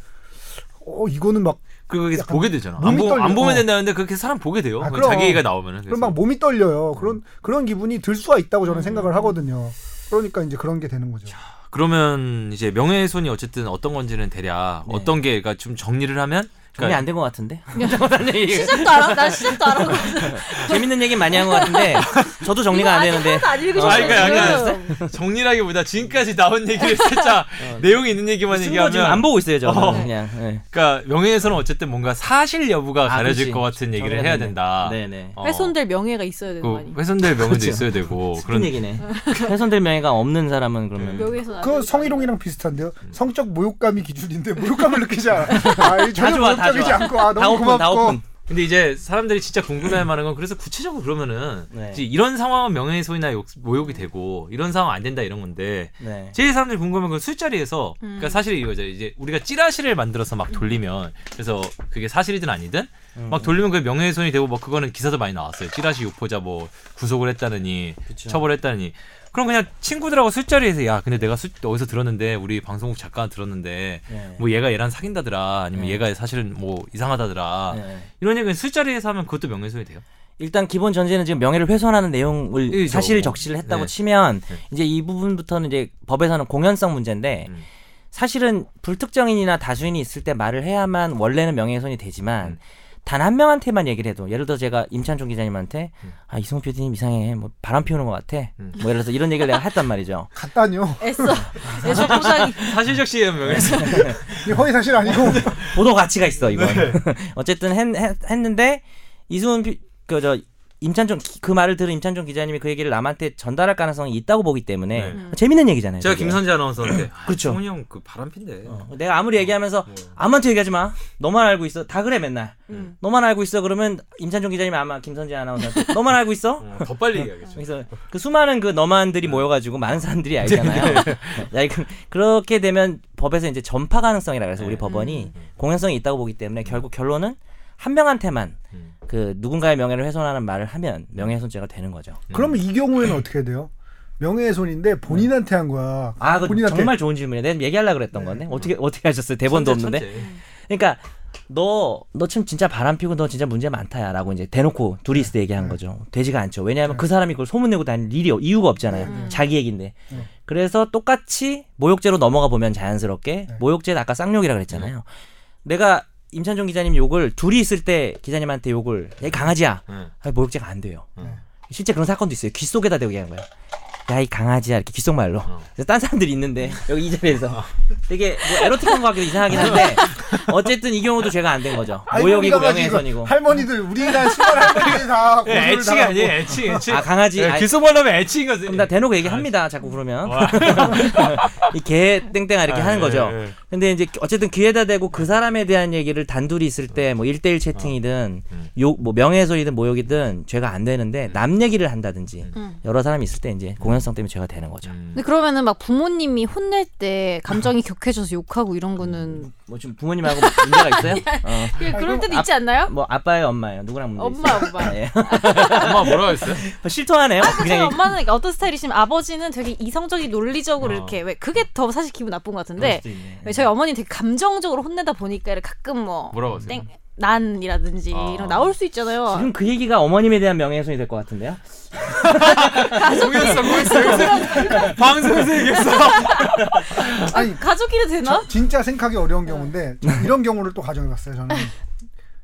어 이거는 막 그게 약간 보게 되잖아. 안, 몸이 보, 떨려. 안 보면 어. 된다는데 그렇게 사람 보게 돼요. 아, 그럼. 자기 얘기가 나오면은. 그럼 막 몸이 떨려요. 그런 그런 기분이 들 수가 있다고 저는 생각을 하거든요. 그러니까 이제 그런 게 되는 거죠. 그러면 이제 명예훼손이 어쨌든 어떤 건지는 대략 네. 어떤 게 그러니까 좀 정리를 하면 정리 그러니까 안 된 것 같은데. 시작도 안 하고 난 시작도 안 하고 재밌는 얘기 많이 한 것 같은데 저도 정리가 안 되는데. 하나도 안 아, 읽으셨어요 그러니까 약간 지금. 정리라기보다 지금까지 나온 얘기를 살짝 내용이 있는 얘기만 어. 쓴 거 얘기하면 지금 안 보고 있어요 저는 어. 그냥. 네. 그러니까 명예훼손은 어쨌든 뭔가 사실 여부가 아, 가려질 그치. 것 같은 얘기를 정리가 해야 됐네. 된다. 네네. 어. 훼손될 명예가 있어야 되는 거 그 아니에요? 훼손될 명예도 그쵸. 있어야 되고 그런 얘기네. 네. 훼손될 명예가 없는 사람은 그러면 명예훼손 안 그 되는 성희롱이랑 비슷한데요. 성적 모욕감이 기준인데 모욕감을 느끼지 않아. 아, 이 전혀 좋아, 다 모욕적이지 좋아. 않고 아, 다 너무 오픈 다 고맙고. 오픈. 근데 이제 사람들이 진짜 궁금해할 만한 건 그래서 구체적으로 그러면은 네. 이제 이런 상황은 명예훼손이나 욕- 모욕이 되고 이런 상황 안 된다 이런 건데 네. 제일 사람들이 궁금한 건 술자리에서 그러니까 사실 이거죠 이제 우리가 찌라시를 만들어서 막 돌리면 그래서 그게 사실이든 아니든 음. 막 돌리면 그게 명예훼손이 되고 뭐 그거는 기사도 많이 나왔어요 찌라시 유포자 뭐 구속을 했다느니 그쵸. 처벌했다느니 그럼 그냥 친구들하고 술자리에서 야 근데 내가 술 어디서 들었는데 우리 방송국 작가 들었는데 네. 뭐 얘가 얘랑 사귄다더라 아니면 네. 얘가 사실은 뭐 이상하다더라 네. 이런 얘기는 술자리에서 하면 그것도 명예훼손이 돼요. 일단 기본 전제는 지금 명예를 훼손하는 내용을 예, 사실을 저- 적시를 했다고 네. 치면 네. 이제 이 부분부터는 이제 법에서는 공연성 문제인데 음. 사실은 불특정인이나 다수인이 있을 때 말을 해야만 원래는 명예훼손이 되지만 음. 단 한 명한테만 얘기를 해도 예를 들어 제가 임찬종 기자님한테 음. 아 이승우 PD님 이상해 뭐 바람 피우는 것 같아 음. 뭐 예를 들어서 이런 얘기를 내가 했단 말이죠 갔다뇨. 거예요. 애써 애써 포장이 사실적 시에 네. 명예훼손. 이 허위 사실 아니고. 네. 보도 가치가 있어 이건 어쨌든 했, 했, 했는데 이승훈 그저 임찬종 기- 그 말을 들은 임찬종 기자님이 그 얘기를 남한테 전달할 가능성이 있다고 보기 때문에 네. 음. 재밌는 얘기잖아요. 제가 되게. 김선재 아나운서한테 아, 그렇죠. 성훈이 형 그 바람핀데. 어, 내가 아무리 얘기하면서 뭐. 아무한테 얘기하지 마. 너만 알고 있어. 다 그래 맨날. 음. 너만 알고 있어. 그러면 임찬종 기자님이 아마 김선재 아나운서한테 너만 알고 있어. 어, 더 빨리 얘기하겠죠. 그래서 그 수많은 그 너만들이 모여가지고 많은 사람들이 알잖아요. 야, 이거 그렇게 되면 법에서 이제 전파 가능성이라 그래서 우리 네. 법원이 공연성이 있다고 보기 때문에 결국 결론은 한 명한테만 음. 그 누군가의 명예를 훼손하는 말을 하면 명예훼손죄가 되는 거죠. 그러면 이 경우에는 어떻게 돼요? 명예훼손인데 본인한테 한 거야. 아, 그 본인한테 정말 좋은 질문이야. 내가 얘기하려고 그랬던 건데 어떻게 어떻게 하셨어요? 대본도 천재, 없는데. 천재. 그러니까 너, 너 지금 진짜 바람 피고 너 진짜 문제 많다야 라고 이제 대놓고 둘이 있을 때 얘기한 거죠. 되지가 않죠. 왜냐하면 그 사람이 그걸 소문내고 다닐 일이, 없- 이유가 없잖아요. 자기 얘기인데. 그래서 똑같이 모욕죄로 넘어가 보면 자연스럽게 모욕죄는 아까 쌍욕이라 그랬잖아요. 내가 임찬종 기자님 욕을 둘이 있을 때 기자님한테 욕을 야, 이 강아지야. 음. 아니, 모욕죄가 안 돼요. 음. 실제 그런 사건도 있어요. 귓 속에다 대고 얘기한 거예요. 야, 이 강아지야. 이렇게 귓속말로. 그래서 딴 사람들이 있는데, 여기 이 자리에서. 되게 뭐 에로틱한 거 같기도 이상하긴 한데, 어쨌든 이 경우도 죄가 안 된 거죠. 아이고, 모욕이고 우리가 가지고 명예훼손이고. 할머니들 우리나라 수많은 할머니들 다 예, 고소를 애칭이 당하고 아니에요. 애칭, 애칭. 네, 아, 네, 강아지. 아, 길속말하면 애칭인 거지. 그럼 나 대놓고 얘기합니다. 자꾸 그러면. 와. 이 개 땡땡아 이렇게 아, 하는 예, 거죠. 예. 근데 이제 어쨌든 귀에다 대고 그 사람에 대한 얘기를 단둘이 있을 때 뭐 일대일 채팅이든 음. 욕, 뭐 명예훼손이든 모욕이든 죄가 안 되는데 남 얘기를 한다든지 음. 여러 사람이 있을 때 이제 공연성 때문에 죄가 되는 거죠. 근데 그러면은 막 부모님이 혼낼 때 감정이 격해져서 욕하고 이런 거는 뭐 지금 부모님하고 문제가 있어요? 어. 예, 그럴 때도 아, 있지 않나요? 뭐 아빠예요, 엄마예요? 누구랑 문제 엄마 있어요? 엄마. 예. 엄마 뭐라고 했어요? 실토하네요. 저희 그냥 얘기- 엄마는 어떤 스타일이시면 아버지는 되게 이성적인 논리적으로 어. 이렇게 왜 그게 더 사실 기분 나쁜 것 같은데 수도 있네. 왜 저희 어머니 되게 감정적으로 혼내다 보니까 이렇게 가끔 뭐 뭐라고 하세요? 땡, 난이라든지 아. 이런 거 나올 수 있잖아요. 지금 그 얘기가 어머님에 대한 명예훼손이 될 것 같은데요? 뭐 공연성, 공연성. 방송에서 얘기했어. 아니 가족끼리 되나? 진짜 생각이 어려운 경우인데 네. 저 이런 경우를 또 가정해봤어요. 저는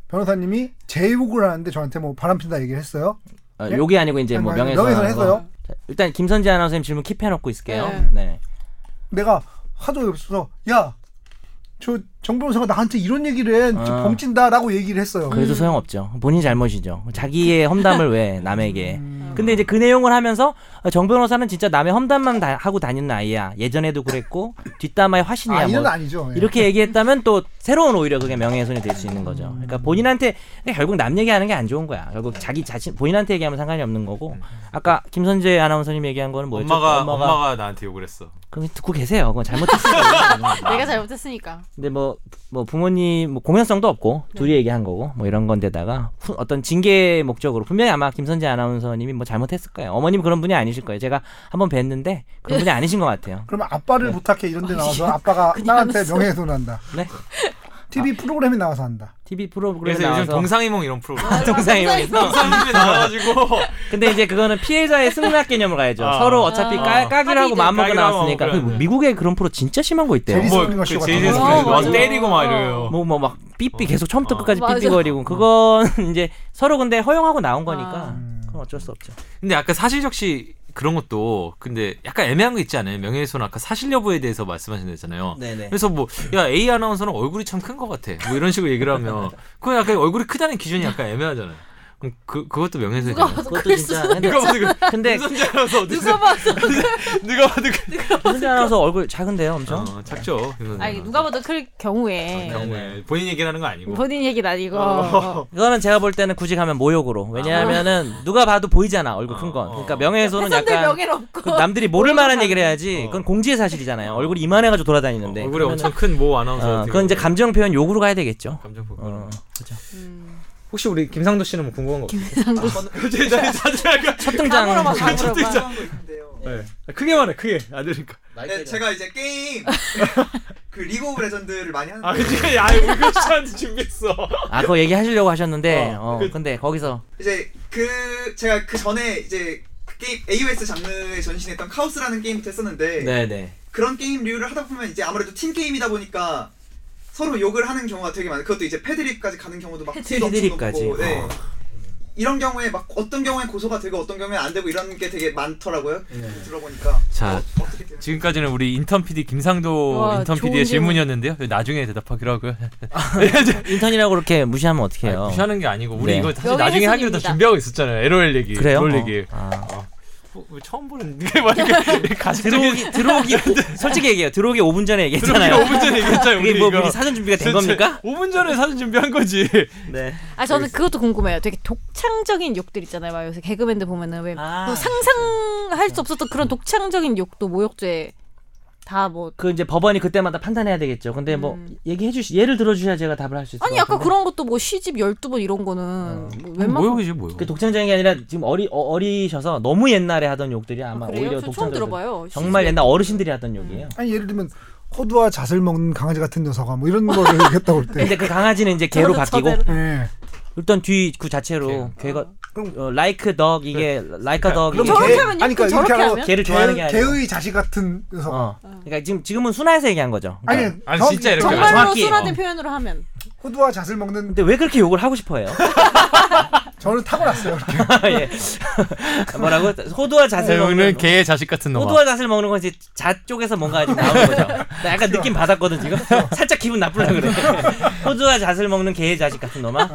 변호사님이 제욕을 하는데 저한테 뭐 바람핀다 얘기를 했어요. 어, 예? 요게 아니고 이제 뭐 아니, 아니, 명예훼손 하는 명예훼손 거. 했어요? 자, 일단 김선재 아나운서님 질문 킵해놓고 있을게요. 네. 네. 내가 하도 없어서 야저 정변호사가 나한테 이런 얘기를 해, 저 아. 범친다라고 얘기를 했어요. 아, 그래도 소용없죠. 본인 이 잘못이죠. 자기의 험담을 왜 남에게. 근데 이제 그 내용을 하면서 어, 정 변호사는 진짜 남의 험담만 다- 하고 다니는 아이야. 예전에도 그랬고 뒷담화의 화신이야. 아, 이건 뭐 아니죠. 예. 이렇게 얘기했다면 또 새로운 오히려 그게 명예훼손이 될 수 있는 거죠. 그러니까 본인한테 그러니까 결국 남 얘기하는 게 안 좋은 거야. 결국 자기 자신 본인한테 얘기하면 상관이 없는 거고 아까 김선재 아나운서님 얘기한 거는 뭐였죠? 엄마가, 엄마가 나한테 욕을 했어. 그럼 듣고 계세요. 그건 잘못했어요. 내가 잘못했으니까. 근데 뭐, 뭐 부모님 뭐 공연성도 없고 둘이 얘기한 거고 뭐 이런 건데다가 후- 어떤 징계 목적으로 분명히 아마 김선재 아나운서님이 뭐 잘못했을 거예요. 어머님 그런 분이 아니실 거예요. 제가 한번 뵀는데 그런 분이 아니신 것 같아요. 그러면 아빠를 부탁해 이런 데 나와서 아빠가 나한테 명예훼손 한다. 네. 아. TV 프로그램에 나와서 한다. TV 프로그램에 그래서 요즘 나와서 아, 동상이몽 이런 프로그램. 동상이몽. 동상이몽에 나와가지고. 근데 이제 그거는 피해자의 승낙 개념을 가야죠. 아. 서로 어차피 아. 까, 까기를 하고 합의들. 마음 먹고 까기를 하고 나왔으니까 그래, 그 네. 미국에 그런 프로 진짜 심한 거 있대요. 제리 뭐, 스프링거 그 쇼 제이슨 같은 거. 스프링거 어, 와서 맞아. 때리고 어. 막 이래요. 뭐 뭐 막 삐삐 계속 처음부터 어. 끝까지 맞아. 삐삐거리고 그건 이제 서로 근데 허용하고 나온 거니까 아. 그건 어쩔 수 없죠. 근데 아까 사실적시 그런 것도 근데 약간 애매한 거 있지 않아요? 명예훼손 아까 사실 여부에 대해서 말씀하셨잖아요. 네네. 그래서 뭐 야 A 아나운서는 얼굴이 참 큰 것 같아. 뭐 이런 식으로 얘기를 하면 그건 약간 얼굴이 크다는 기준이 약간 애매하잖아요. 그럼 그 그것도 명예훼손이 누가 잖아요 봐도 그것도 그럴 수 진짜 있어. 근데 누가 봐도 그 근데 손자 아나운서 어디 누가 봐도 누가 봐도 그 김선재 아나운서 얼굴 작은데요, 엄청. 어, 작죠. 김 아니 누가 봐도 그럴 경우에 경우에 네. 본인 얘기하는 거 아니고 본인 얘기는 아니고 이거는 제가 볼 때는 굳이 아. 가면 모욕으로. 왜냐하면은 누가 봐도 보이잖아 얼굴 어, 큰 건. 그러니까 명예훼손은 훼손될 약간 명예는 없고 그 남들이 모를 모르는 만한 사람. 얘기를 해야지. 어. 그건 공지의 사실이잖아요. 얼굴이 이만해가지고 돌아다니는데. 얼굴이 그러면은- 어. 네, 엄청 큰 모 아나운서. 어, 그건 이제 감정 표현 욕으로 가야 되겠죠. 감정 폭. 어. 음. 혹시 우리 김상도 씨는 뭐 궁금한 거 없어요? 김상도 나 자주 약간 첫 등장. 다그 물어봐, 다 물어봐. 궁금한 거 있는데요. 네. 아, 크게 말해 크게 그러니까. 안 들으니까. 네, 제가 이제 게임 그 리그 오브 레전드를 많이 하는데 아 그치 야 우리 그씨한테 준비했어. 아 그거 얘기하시려고 하셨는데, 어. 어, 근데 거기서 이제 그 제가 그 전에 이제 그 게임 AOS 장르에 전신했던 카오스라는 게임부터 했었는데 네네. 그런 게임류를 하다 보면 이제 아무래도 팀 게임이다 보니까 서로 욕을 하는 경우가 되게 많아요. 그것도 이제 패드립까지 가는 경우도 막 패드립. 수도 엄청 패드립까지. 높고, 네. 어. 이런 경우에 막 네. 어떤 경우에 고소가 되고 어떤 경우에 안 되고 이런 게 되게 많더라고요. 들어보니까 자, 어, 어떻게 되나? 지금까지는 우리 인턴 PD 김상도 와, 인턴 좋은 PD의 질문. 질문이었는데요. 나중에 대답하기로 하고요. 네, 인턴이라고 그렇게 무시하면 어떡해요? 아니, 무시하는 게 아니고 우리 네. 이거 사실 여기 나중에 하기로 다 회수입니다. 준비하고 있었잖아요. LOL 얘기, 그래요? 롤 어. 얘기. 아. 어, 왜 처음 보는 게 말이야. 가식적인 들어오기 들어오기 오- 솔직히 얘기해요. 들어오기 5분 전에 얘기했잖아요. 5분 전에 얘기했잖아요. 그게 우리 뭐 이거. 미리 사전 준비가 된 겁니까? 5분 전에 사진 준비한 거지. 네. 아 저는 그것도 궁금해요. 되게 독창적인 욕들 있잖아요. 막 요새 개그맨들 보면은 왜 아. 뭐 상상할 수 없었던 그런 독창적인 욕도 모욕죄 다 뭐 그 이제 법원이 그때마다 판단해야 되겠죠. 근데 뭐 음. 얘기해 주시 예를 들어 주셔야 제가 답을 할 수 있을 아니 것 아까 같은데. 그런 것도 뭐 시집 12번 이런 거는 뭐 웬만큼 모욕이지 모욕. 그 독창적인 게 아니라 지금 어리 어, 어리셔서 너무 옛날에 하던 욕들이 아마 아, 그래요? 오히려 저 처음 독창적. 들어봐요. 네. 음. 정말 시집. 옛날 어르신들이 하던 욕이에요. 아니 예를 들면 호두와 잣을 먹는 강아지 같은 녀석아 뭐 이런 거를 얘기했다고 할 때. 근데 그 강아지는 이제 개로 네. 저도 바뀌고 저대로. 아. 예. 일단 뒤 그 자체로 개가 어, like dog 이게 like a dog 그럼 이게 저렇게 하면요? 그럼 저렇게 이렇게 하고 하면? 개를 좋아하는 게 개, 아니라. 개의 자식 같은 녀석. 아. 어. 그러니까 지금 지금은 순화해서 얘기한 거죠. 그러니까 아니, 아니, 정- 진짜 이렇게 정말 하죠. 정말로 정확히, 순화된 어. 표현으로 하면 호두와 잣을 먹는 근데 왜 그렇게 욕을 하고 싶어해요? 저는 타고났어요. 이렇게. 예. 뭐라고? 호두와 잣을 세영이는 먹는 네, 개의 자식 같은 놈아. 호두와 잣을 먹는 건 이제 잣 쪽에서 뭔가 좀 나오는 거죠. 나 약간 그렇죠. 느낌 받았거든 지금. 살짝 기분 나쁘려 그래. 호두와 잣을 먹는 개의 자식 같은 놈아.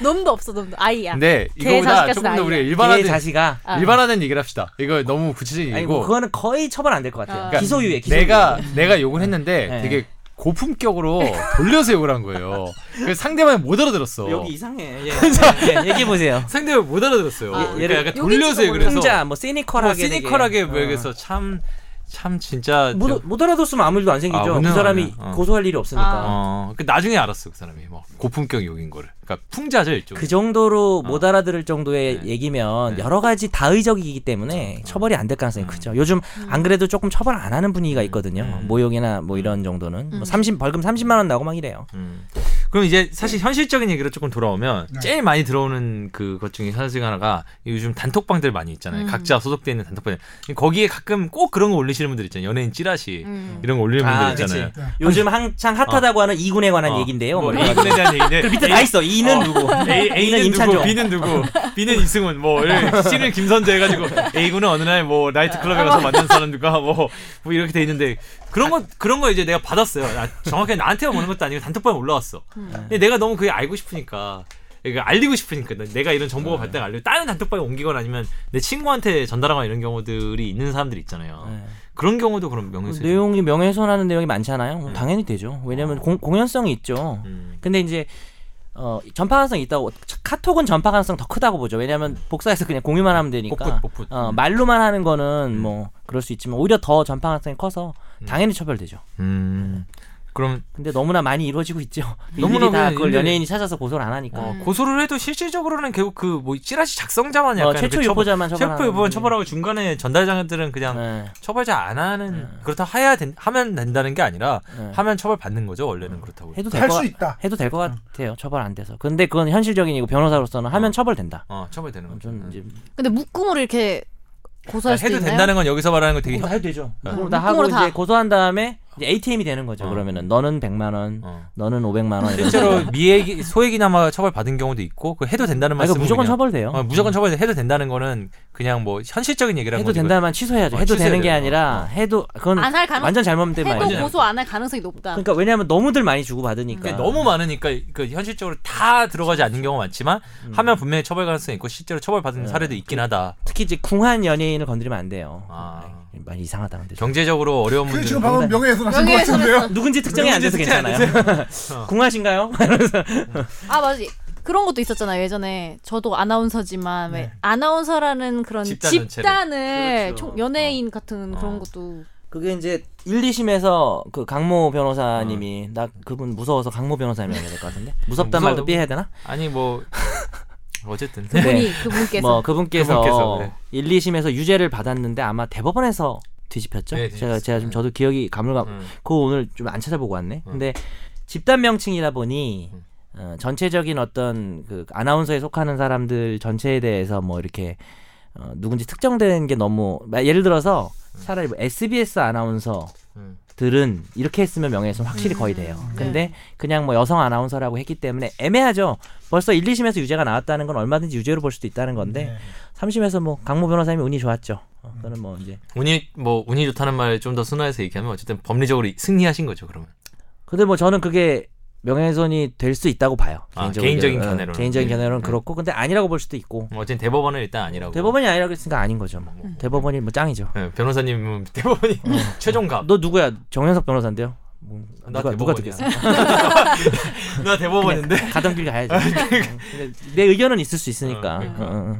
놈도 없어 놈도 아이야. 근데 개의 이거보다 자식 조금 같은 더 아이야. 우리가 개의 일반화된 자식아. 아. 일반화된 얘기를 합시다. 이거 너무 구체적인 아니 뭐 얘기고. 그거는 거의 처벌 안 될 것 같아요. 아. 그러니까 기소유예. 기소유예. 내가 내가 욕을 했는데 네. 되게 고품격으로 돌려서 욕을 한 거예요. 그래서 상대방이 못 알아들었어. 여기 이상해. 예. 예. 얘기해 보세요. 상대방이 못 알아들었어요. 아, 그러니까 얘를 약간 욕인지도 돌려서 욕을 해서 혼자 뭐 뭐 시니컬하게. 되게. 시니컬하게 어. 그래서 참참 진짜 저- 못, 못 알아뒀으면 아무 일도 안 아, 생기죠. 오늘 그 사람이 아니야. 어. 고소할 일이 없으니까. 어, 그 나중에 알았어 그 사람이 뭐 고품격 욕인 거를. 그러니까 풍자죠 일종. 그 정도로 못 알아들을 정도의 네. 얘기면 네. 그렇죠, 여러 가지 다의적이기 때문에 처벌이 안 될 가능성이 크죠. 요즘 안 그래도 조금 처벌 안 하는 분위기가 있거든요. 음. 모욕이나 뭐 이런 정도는 음. 뭐 30, 벌금 30만 원 나고 막 이래요. 음. 그럼 이제 네. 사실 현실적인 얘기로 조금 돌아오면 네. 제일 많이 들어오는 그것 중에 하나 중에 하나가 요즘 단톡방들 많이 있잖아요. 음. 각자 소속돼 있는 단톡방. 거기에 가끔 꼭 그런 거 올리시는 분들 있잖아요. 연예인 찌라시 음. 이런 거 올리는 아, 분들 있잖아요. 그치. 네. 요즘 한창 핫하다고 하는 이군에 관한 어, 얘긴데요. 뭐 뭐 이에 이런 거. 대한 얘기인데 그 밑에 다 있어. 이는 어. 누구? A, 네. A는 A는 누구, 임찬종. B는 누구, B는 이승훈, 뭐 예, 이렇게 C는 김선재 해가지고 A군은 어느 날 뭐 나이트 클럽에 가서 만난 사람들과 뭐, 뭐 이렇게 돼 있는데 그런 거 그런 거 이제 내가 받았어요. 나- 정확히 나한테만 오는 것도 아니고 단톡방에 올라왔어. 근데 내가 너무 그게 알고 싶으니까. 이거 알리고 싶으니까 내가 이런 네. 정보가 갈 때가 알려 다른 단톡방에 옮기거나 아니면 내 친구한테 전달하거나 이런 경우들이 있는 사람들 있잖아요. 네. 그런 경우도 그럼 명예훼손. 어, 내용이 명예훼손하는 내용이 많잖아요. 그럼 당연히 되죠. 왜냐면 공, 공연성이 있죠. 네. 어. 음. 근데 이제 어, 전파 가능성이 있다고 카톡은 전파 가능성 더 크다고 보죠. 왜냐하면 복사해서 그냥 공유만 하면 되니까 뽀풋, 뽀풋. 어, 말로만 하는 음. 거는 뭐 그럴 수 있지만 오히려 더 전파 가능성이 커서 당연히 처벌되죠. 음. 그럼 근데 너무나 많이 이루어지고 있죠. 너무나 너무나 다 많이 그걸 일일이- 연예인이 찾아서 고소를 안 하니까. 어, 고소를 해도 실질적으로는 결국 그 뭐 찌라시 작성자만 약간 어, 최초 이렇게 처벌- 유포자만 처벌하는 최초 유포만 거지. 처벌하고 중간에 전달자들은 그냥 네. 처벌자 안 하는 그렇다 해야 된, 하면 된다는 게 아니라 네. 음. 하면 처벌 받는 거죠 원래는 그렇다고. 해도 할 될 수 것 있다. 해도 될 것 같아요. 처벌 안 돼서. 근데 그건 현실적인이고 변호사로서는 하면 처벌된다. 어 처벌되는 거죠. 좀 이제 근데 묶음으로 이렇게 고소할 아, 수도 해도 있나요? 된다는 건 여기서 말하는 거 되게 해도 되죠. 네. 그럼 다 하고 묶음으로 다. 이제 고소한 다음에 이제 ATM이 되는 거죠. 어. 그러면은 너는 100만 원, 어. 너는 500만 원. 이런 식으로. 실제로 미액이 소액이나마 처벌 받은 경우도 있고 그 해도 된다는 아, 이거 말씀은 무조건 그냥- 처벌돼요. 어, 무조건 처벌 해도 된다는 거는 그냥 뭐 현실적인 얘기라는 해도 거죠. 된다면 취소해야죠. 어, 해도 취소해야 되는 게 돼요. 아니라 해도 그건 안할 가능- 완전 잘못된 해도 완전히 말이죠. 고소 안 할 가능성이 높다. 그러니까 왜냐하면 너무들 많이 주고 받으니까. 그러니까 너무 많으니까 그 현실적으로 다 들어가지 않는 경우가 많지만 음. 하면 분명히 처벌 가능성이 있고 실제로 처벌 받은 네. 사례도 그 있긴 하다. 특히 이제 궁한 연예인을 건드리면 안 돼요. 네. 아. 많이 이상하다 근데. 경제적으로 어려운 그 분들 지금 방금 명예훼손 하신 것 명예훼손 같은데요. 했어. 누군지 특정이 안 돼서 괜찮아요. 어. 궁하신가요? 아 맞아. 그런 것도 있었잖아요. 예전에 저도 아나운서지만 왜 아나운서라는 그런 집단 집단 전체를. 을 그렇죠. 총 연예인 같은 어. 그런 것도 그게 이제 1, 2심에서 그 강모 변호사님이 나 그분 무서워서 강모 변호사님이 해야 될 것 같은데 무섭단 어. 무서워. 말도 삐해야 되나? 아니 뭐 어쨌든 네. 그분이 그분께서 뭐 그분께서, 그분께서, 네. 1, 2심에서 유죄를 받았는데 아마 대법원에서 뒤집혔죠. 네, 제가 뒤집혔어요. 제가 좀 저도 기억이 가물가 음. 그거 오늘 좀 안 찾아보고 왔네. 근데 집단 명칭이다 보니 음. 어, 전체적인 어떤 그 아나운서에 속하는 사람들 전체에 대해서 뭐 이렇게 어, 누군지 특정된 게 너무 마- 예를 들어서 차라리 뭐 SBS 아나운서 음. 들은 이렇게 했으면 명예훼손 확실히 거의 돼요. 음. 네. 근데 그냥 뭐 여성 아나운서라고 했기 때문에 애매하죠. 벌써 1, 2심에서 유죄가 나왔다는 건 얼마든지 유죄로 볼 수도 있다는 네. 건데 3심에서 뭐 강모 변호사님이 운이 좋았죠. 어, 음. 저는 뭐 이제 운이 뭐 운이 좋다는 말 좀 더 순화해서 얘기하면 어쨌든 법리적으로 승리하신 거죠 그러면. 근데 뭐 저는 그게 명예훼손이 될 수 있다고 봐요. 아, 개인적인 견해로는. 어, 견해로는. 개인적인 예, 견해로는 예. 그렇고 근데 아니라고 볼 수도 있고 뭐 네. 어쨌든 대법원은 일단 아니라고. 대법원이 아니라고 했으니까 아닌 거죠. 뭐. 대법원이 뭐 짱이죠. 네, 예, 변호사님은 대법원이 어. 최종갑. 너 누구야? 정현석 변호사인데요. 뭐, 나 누가 누가 대법원이야. 듣겠어? 나 대법원인데. 그냥 가던 길 가야지. 어, 근데 내 의견은 있을 수 있으니까. 아, 네. 어, 그러니까. 어, 어, 어.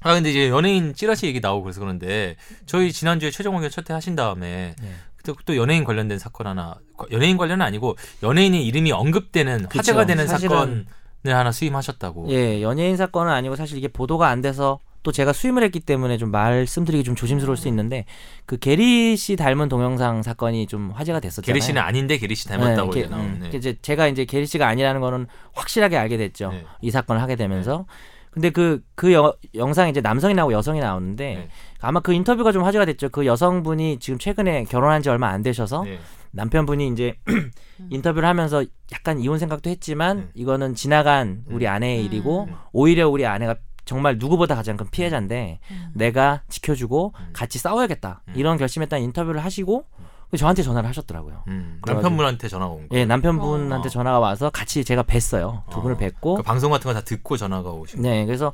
아 근데 이제 연예인 찌라시 얘기 나오고 그래서 그런데 저희 지난주에 최종 의견 첫회 하신 다음에 예. 그때 또 연예인 관련된 사건 하나 거- 연예인 관련은 아니고 연예인의 이름이 언급되는 화제가 되는 사실은- 사건을 하나 수임하셨다고. 예, 연예인 사건은 아니고 사실 이게 보도가 안 돼서 또 제가 수임을 했기 때문에 좀 말씀드리기 좀 조심스러울 수 있는데 그 게리 씨 닮은 동영상 사건이 좀 화제가 됐었잖아요. 게리 씨는 아닌데 게리 씨 닮았다고 네, 이제 게- 음, 나오는. 게 이제 제가 이제 게리 씨가 아니라는 거는 확실하게 알게 됐죠. 네. 이 사건을 하게 되면서. 근데 그, 그 여- 영상에 이제 남성이 나오고 여성이 나오는데 네. 아마 그 인터뷰가 좀 화제가 됐죠. 그 여성분이 지금 최근에 결혼한 지 얼마 안 되셔서 예. 남편분이 이제 음. 인터뷰를 하면서 약간 이혼 생각도 했지만 음. 이거는 지나간 우리 아내의 음. 일이고 음. 오히려 우리 아내가 정말 누구보다 가장 큰 피해자인데 음. 내가 지켜주고 음. 같이 싸워야겠다 음. 이런 결심했다는 인터뷰를 하시고 저한테 전화를 하셨더라고요. 음, 그래가지고- 남편분한테 전화 온 거. 예, 남편분한테 어. 전화가 와서 같이 제가 뵀어요. 두 어. 분을 뵀고 그 방송 같은 거 다 듣고 전화가 오신. 네, 그래서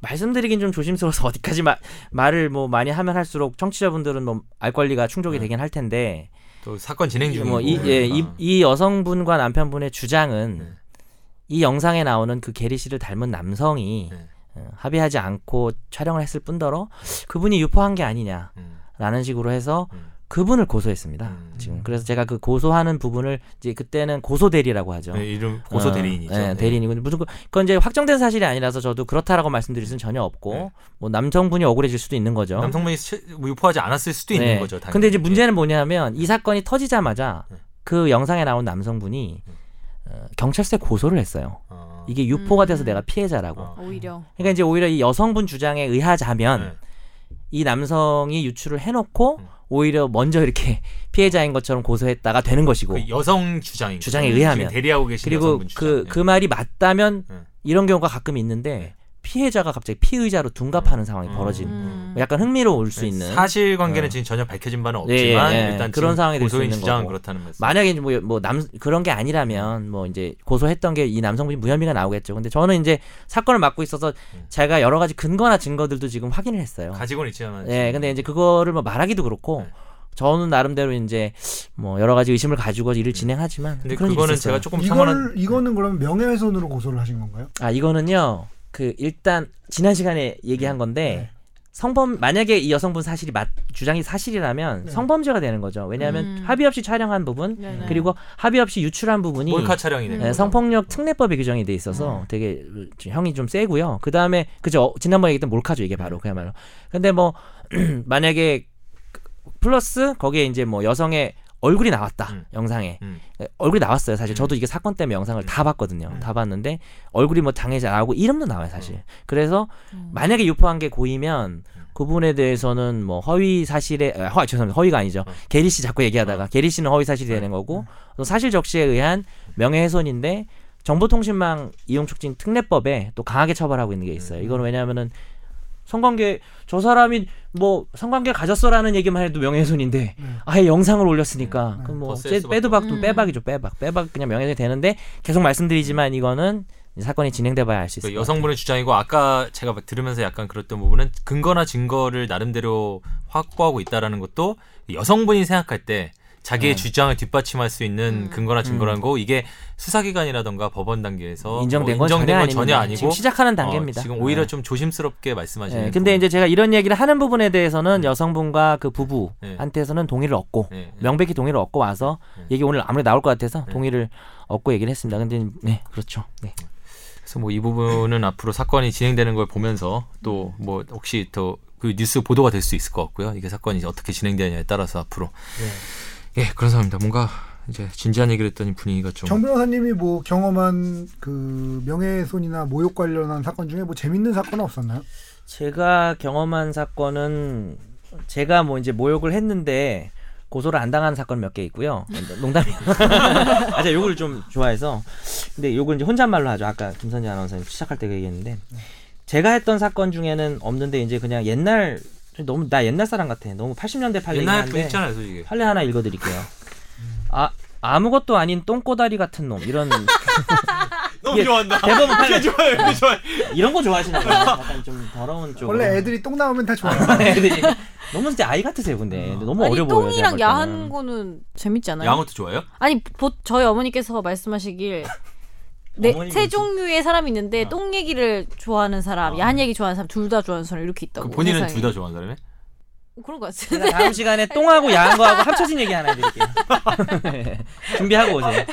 말씀드리긴 좀 조심스러워서 어디까지 마- 말을 뭐 많이 하면 할수록 청취자분들은 뭐 알 권리가 음. 충족이 되긴 할 텐데 또 사건 진행 중이고. 뭐 이, 예, 이, 그러니까. 이 여성분과 남편분의 주장은 네. 이 영상에 나오는 그 게리 씨를 닮은 남성이 네. 어, 합의하지 않고 촬영을 했을 뿐더러 그분이 유포한 게 아니냐라는 음, 식으로 해서 음. 그분을 고소했습니다. 음. 지금 그래서 제가 그 고소하는 부분을 이제 그때는 고소 대리라고 하죠. 네, 이름 고소 어, 대리인이죠. 예, 네. 대리인이고 무조건 그건 이제 확정된 사실이 아니라서 저도 그렇다라고 말씀드릴 수는 전혀 없고 네. 뭐 남성분이 억울해질 수도 있는 거죠. 남성분이 시- 유포하지 않았을 수도 있는 네. 거죠. 당연히. 예. 근데 이제 문제는 뭐냐면 이 사건이 터지자마자 네. 그 영상에 나온 남성분이 예. 어, 경찰서에 고소를 했어요. 어, 이게 유포가 돼서 음. 내가 피해자라고. 어. 오히려 그러니까 이제 오히려 이 여성분 주장에 의하자면 네. 이 남성이 유출을 해놓고 음. 오히려 먼저 이렇게 피해자인 것처럼 고소했다가 되는 것이고 그 여성 주장인 거죠. 주장에 의하면. 지금 대리하고 계신 그리고 여성분 주장. 그 그 말이 맞다면 음. 이런 경우가 가끔 있는데 피해자가 갑자기 피의자로 둔갑하는 상황이 음. 벌어진 음. 뭐 약간 흥미로울 수 있는 사실 관계는 어. 지금 전혀 밝혀진 바는 예, 없지만 예, 예. 그런 일단 지금 상황이 될수 고소인 있는 주장은 거고. 그렇다는 말씀. 만약에 이제 뭐, 뭐 남, 그런 게 아니라면 뭐 이제 고소했던 게 이 남성분이 무혐의가 나오겠죠. 근데 저는 이제 사건을 맡고 있어서 제가 여러 가지 근거나 증거들도 지금 확인을 했어요. 음. 가지고는 있지만 예, 근데 이제 그거를 뭐 말하기도 그렇고 네. 저는 나름대로 이제 뭐 여러 가지 의심을 가지고 일을 진행하지만 음. 근데 그런 일이 그거는 있었어요. 제가 조금 이걸 상관한 이거는 그럼 명예훼손으로 고소를 하신 건가요? 아 이거는요 그 일단 지난 시간에 네. 얘기한 건데 성범 만약에 이 여성분 사실이 맞 주장이 사실이라면 네. 성범죄가 되는 거죠. 왜냐하면 음. 합의 없이 촬영한 부분 네네. 그리고 합의 없이 유출한 부분이 몰카 촬영이 되는 네, 거죠. 음. 성폭력 특례법에 규정이 돼 있어서 되게 좀 형이 좀 세고요. 그 다음에 그죠 어, 지난번에 얘기했던 몰카죠 이게 바로 그야말로. 근데 뭐 만약에 그- 플러스 거기에 이제 뭐 여성의 얼굴이 나왔다 음. 영상에 음. 에, 얼굴이 나왔어요 사실 저도 이게 사건 때문에 영상을 다 봤거든요 음. 다 봤는데 얼굴이 뭐 당해자 나오고 이름도 나와요 사실 음. 그래서 음. 만약에 유포한 게 고의면 그 부분에 대해서는 뭐 허위 사실에 아, 허 죄송합니다 허위가 아니죠 음. 게리 씨 자꾸 얘기하다가 게리 씨는 허위 사실이 네. 되는 거고 또 사실 적시에 의한 명예훼손인데 정보통신망 이용촉진 특례법에 또 강하게 처벌하고 있는 게 있어요 네. 이건 왜냐하면은 성관계 저 사람이 뭐 성관계 가졌어라는 얘기만 해도 명예훼손인데 네. 아예 영상을 올렸으니까 음. 그뭐 버스에 네. 수박 빼도박 좀 음. 빼박이죠 빼박 빼박 그냥 명예훼손이 되는데 계속 말씀드리지만 이거는 이제 사건이 진행돼봐야 알 수 그 있어요. 여성분의 주장이고 아까 제가 막 들으면서 약간 그랬던 부분은 근거나 증거를 나름대로 확보하고 있다라는 것도 여성분이 생각할 때 자기의 네. 주장을 뒷받침할 수 음. 있는 근거나 증거라는 거 이게 수사기관이라던가 법원 단계에서 인정된 건뭐 전혀, 인정된 건 아닙니다. 전혀 아니고 지금 시작하는 어, 단계입니다. 지금 오히려 네. 좀 조심스럽게 말씀하시는 네, 근데 이제 제가 이런 얘기를 하는 부분에 대해서는 여성분과 그 부부한테서는 동의를 얻고 부분. 네, 네. 명백히 동의를 얻고 와서 네. 얘기 오늘 아무리 나올 것 같아서 네. 동의를 얻고 얘기를 했습니다. 근데 네 그렇죠. 네. 그래서 뭐 이 부분은 앞으로 사건이 진행되는 걸 보면서 또 뭐 혹시 더 그 뉴스 보도가 될 수 있을 것 같고요. 이게 사건이 이제 어떻게 진행되느냐에 따라서 앞으로 예 그런 상황입니다. 뭔가 이제 진지한 얘기를 했더니 분위기가 좀 정 변호사님이 뭐 경험한 그 명예훼손이나 모욕 관련한 사건 중에 뭐 재밌는 사건은 없었나요? 제가 경험한 사건은 제가 뭐 이제 모욕을 했는데 고소를 안 당한 사건 몇 개 있고요. 농담이. 아, 제가 요걸 좀 좋아해서. 근데 요걸 이제 혼잣말로 하죠. 아까 김선재 아나운서님 시작할 때그 얘기했는데. 제가 했던 사건 중에는 없는데, 이제 그냥 옛날, 너무, 나 옛날 사람 같아. 너무 80년대 팔레긴 옛날 분 한데. 있잖아요, 솔직히. 판례 하나 읽어드릴게요. 아, 아무것도 아닌 똥꼬다리 같은 놈. 이런. 너무 좋아한다. 대법원 판례. 좋아요, 이거 좋아요. 이런 거 좋아하시나 봐요. 약간 좀 더러운 쪽. 원래 애들이 똥 나오면 다 좋아요. 애들이 너무 진짜 아이 같으세요, 근데. 근데 너무 아니 어려 보여요. 똥이랑 제가 볼 때는. 야한 거는 재밌지 않아요? 양호도 좋아요? 아니 보, 저희 어머니께서 말씀하시길 네, 어머니가 세 종류의 사람이 있는데 똥 얘기를 좋아하는 사람, 아. 야한 얘기 좋아하는 사람 둘 다 좋아하는 사람 이렇게 있다고. 그 본인은 세상에. 둘 다 좋아하는 사람이? 그런 것 제가 같은데. 네, 다음 시간에 똥하고 야한 거하고 합쳐진 얘기 하나 해드릴게요. 네, 준비하고 오세요.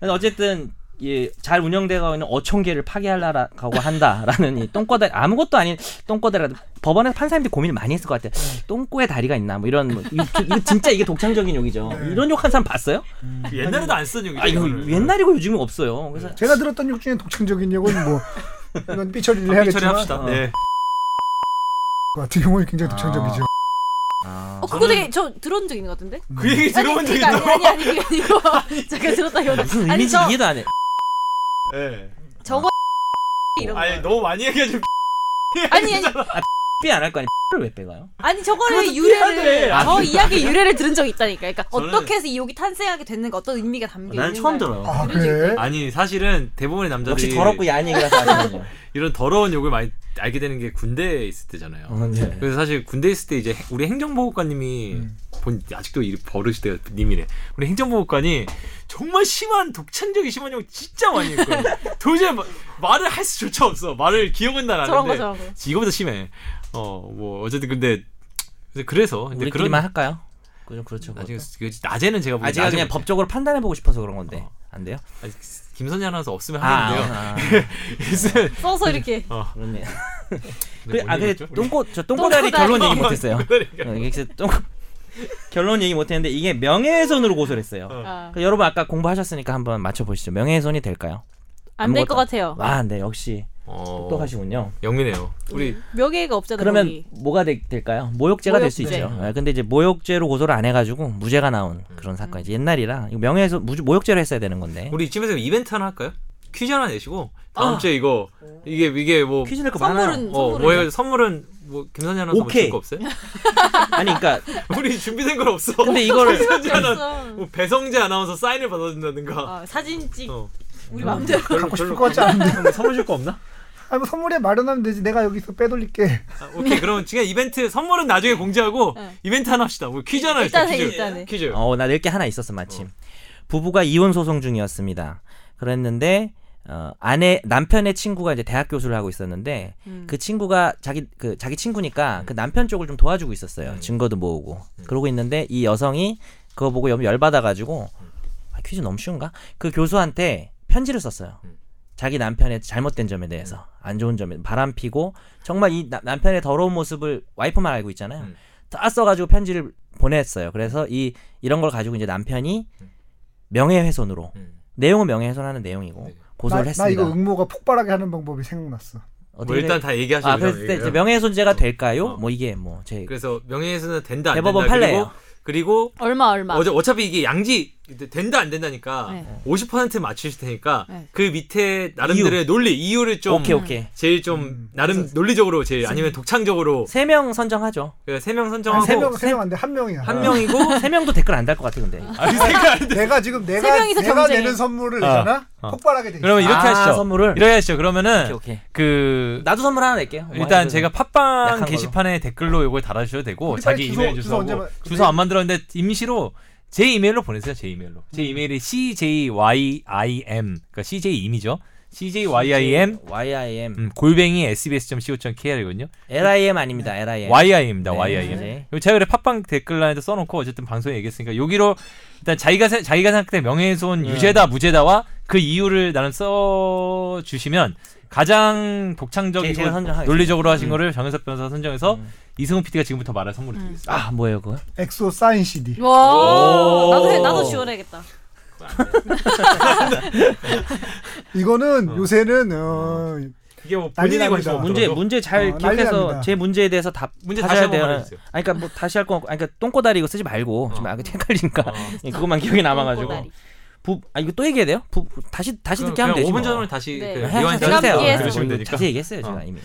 그래서 어쨌든 예, 잘 운영되고 있는 어촌계를 파괴하려고 한다라는 이 똥꼬다 아무것도 아닌 똥꼬다라도 법원에서 판사님들이 고민을 많이 했을 것 같아요. 네. 똥꼬에 다리가 있나 뭐 이런 뭐, 이거, 이거 진짜 이게 독창적인 욕이죠. 네. 이런 욕 한 사람 봤어요? 음. 옛날에도 안 쓰는 네. 욕이죠. 아 이거 옛날이고 요즘은 없어요. 그래서 제가 들었던 욕 중에 독창적인 욕은 뭐 이건 삐처리를 해야겠지만 처리합시다. 어. 네. 그 같은 경우는 굉장히 독창적이죠. 음. 어 그거 되게 저 들은 적 있는 것 같은데? 그 얘기 들어본 적 아니, 그러니까 있다고? 아니 아니 아니 아니 이거 제가 들었다기보다 무슨 아니 의미인지 저 이해도 안 해. 예. 저거 이런 거 아니 너무 많이 얘기해준 아니 아니 삐안 할 거 아니 삐를 왜 빼가요? 아니 저거를 돼. 유래를 아, 저 이야기 유래를 들은 적이 있다니까. 그러니까 저는- 어떻게 해서 이 욕이 탄생하게 됐는 가 어떤 의미가 담겨 있는 난 처음 거야. 들어요. 아 그래? 아니 사실은 대부분의 남자들이 역시 더럽고 야한 얘기라서 아는 거죠. 이런 더러운 욕을 많이 알게 되는 게 군대에 있을 때잖아요. 어, 네. 그래서 사실 군대 에 있을 때 이제 우리 행정보호관님이 본 아직도 이 버릇이 돼요 님이래. 우리 행정보호관이 정말 심한 독창적인 심한 욕 진짜 많이 했거든. 도저히 마- 뭐, 말을 할 수조차 없어. 말을 기억은 난 저런 거 하는데 저런 거. 이거보다 심해. 어 뭐 어쨌든 근데 그래서- 그래서 근데 그런 우리끼리만 할까요? 그좀 그렇죠. 나중에 그것도. 그- 낮에는 제가 보기 아 제가 그냥 법적으로 판단해 보고 싶어서 그런 건데 안 돼요? 김선재 아나운서 없으면 하는데요. 아, 있으면 써서 이렇게 어. 그렇네. 근데 그래, 뭔 아 그래 얘기였죠? 똥꼬 저 똥꼬다리. 똥꼬다리 결론 얘기 못했어요. 그러니까. 어, 이게 진짜 똥 결론 얘기 못했는데 이게 명예훼손으로 고소를 했어요. 아, 그 여러분 아까 공부하셨으니까 한번 맞춰보시죠. 명예훼손이 될까요? 안될 것 아무것도- 같아요. 아, 네 역시 어, 똑똑하시군요. 영민해요. 우리 네. 명예가 없잖아요. 그러면 거기. 뭐가 되- 될까요? 모욕죄가 될 수 모욕죄. 있죠. 아, 근데 이제 모욕죄로 고소를 안 해가지고 무죄가 나온 그런 음. 사건이지. 옛날이라 이거 명예훼손 무- 모욕죄로 했어야 되는 건데. 우리 이쯤에서 이벤트 하나 할까요? 퀴즈 하나 내시고 다음 주에 이거 이게 이게 뭐 퀴즈 낼거 많아요. 선물은 어, 선물은 뭐예요? 선물은 뭐 김선희 아나운서 오케이. 뭐줄거 없어요? 아니 그러니까 우리 준비된 건 없어. 근데 이거를 김선희 아나운서 없어. 뭐 배성재 아나운서 사인을 받아준다든가. 아, 사진 찍 어. 우리 마음대로 갖고 싶을 것 같지 않은데. 선물 줄 거 없나? 아니 뭐 선물에 마련하면 되지. 내가 여기서 빼돌릴게. 아, 오케이 그럼 지금 이벤트 선물은 나중에 공지하고 네. 이벤트 하나 합시다. 우리 퀴즈 하나 일단 할게요, 해, 퀴즈. 일단 해. 퀴즈. 어, 나 낼 게 하나 있었어, 마침. 부부가 이혼 소송 중이었습니다. 그랬는데, 어, 아내, 남편의 친구가 이제 대학 교수를 하고 있었는데, 그 친구가 자기, 그, 자기 친구니까 그 남편 쪽을 좀 도와주고 있었어요. 증거도 모으고. 그러고 있는데, 이 여성이 그거 보고 너무 열받아가지고, 아, 퀴즈 너무 쉬운가? 그 교수한테 편지를 썼어요. 자기 남편의 잘못된 점에 대해서 안 좋은 점에 바람피고 정말 이 나- 남편의 더러운 모습을 와이프만 알고 있잖아요. 음. 다 써가지고 편지를 보냈어요. 그래서 이 이런 걸 가지고 이제 남편이 명예훼손으로 음. 내용은 명예훼손하는 내용이고 네. 나, 고소를 나 했습니다. 이거 응모가 폭발하게 하는 방법이 생각났어. 어떻게 뭐 일단 돼- 다 얘기하시고 아 그랬을 때 그냥 이제 명예훼손죄가 될까요? 어. 뭐 이게 뭐제 그래서 명예훼손은 된다 안 된다. 대법원 그리고 판례예요. 그리고 얼마 얼마. 어제 어차피 이게 양지 된다 안 된다니까 네. 50% 맞추실 테니까 네. 그 밑에 나름대로의 논리 이유를 좀 오케이 오케이 제일 좀 나름 논리적으로 제일 아니면 독창적으로 세 명 어. 선정하죠. 그 세명 선정하고 세명 세 명 안 돼. 한 명이야. 어. 한 명이고 세 명도 댓글 안 달 것 같아 근데. 아니 생각 내가 지금 내가 세 명이서 내가 경쟁해. 내는 선물을 어, 내잖아. 어. 폭발하게 돼. 있어. 그러면 이렇게 아, 하시죠 선물을 네, 이렇게 하시죠 그러면은 오케이 오케이. 그 나도 선물 하나 낼게요. 뭐 일단 하여튼. 제가 약한 팟빵 걸로. 게시판에 댓글로 이걸 달아주셔도 되고 우리 자기 빨리 이메일 주소, 주소 주소하고 주소, 언제 봐- 안 만들었는데 임시로 제 이메일로 보내세요 제 이메일로 음. 제 이메일이 cjyim 그러니까 cj 임이죠 cjyim YIM 음, 골뱅이 sbs.co.kr이거든요 LIM 아닙니다. 예. LIM. YIM입니다. 네, YIM. 네. 그리고 제가 그래 팟빵 댓글란에도 써놓고 어쨌든 방송에 얘기했으니까 여기로 일단 자기가 세- 자기가 생각할 때 명예훼손 예. 유죄다 무죄다와 그 이유를 나는 써 주시면 가장 제- 제가 독창적이고 선정하겠습니다. 논리적으로 하신 거를 정현석 변호사 선정해서 음. 이승훈 PD가 지금부터 말할 선물을 드리겠습니다. 아 뭐예요 그거? 엑소 사인 CD. 와 오. 나도 해- 나도 지원해야겠다. 이거는 요새는 어, 이게 뭐 난리 본인이 납니다. 관심 없더라도 문제 문제 잘 어, 난리 납니다. 기억해서 제 문제에 대해서 답 문제 다시 하셔야 한번 돼요. 말해주세요. 아니 그러니까 뭐 다시 할 건 없고 아니 그러니까 똥꼬다리 이거 쓰지 말고 좀 어. 아, 헷갈리니까 어. 예, 그것만 기억에 남아가지고 꼬다리. 부, 아 이거 또 얘기해야 돼요? 부, 부- 다시 다시 그럼 듣게 하면 그냥 되지 5분 뭐. 전으로 다시 네. 그 네, 리와인드 제가 해주세요. 함께 하시면 해서. 들으시면 되니까. 자세히 얘기했어요 제가 어. 이미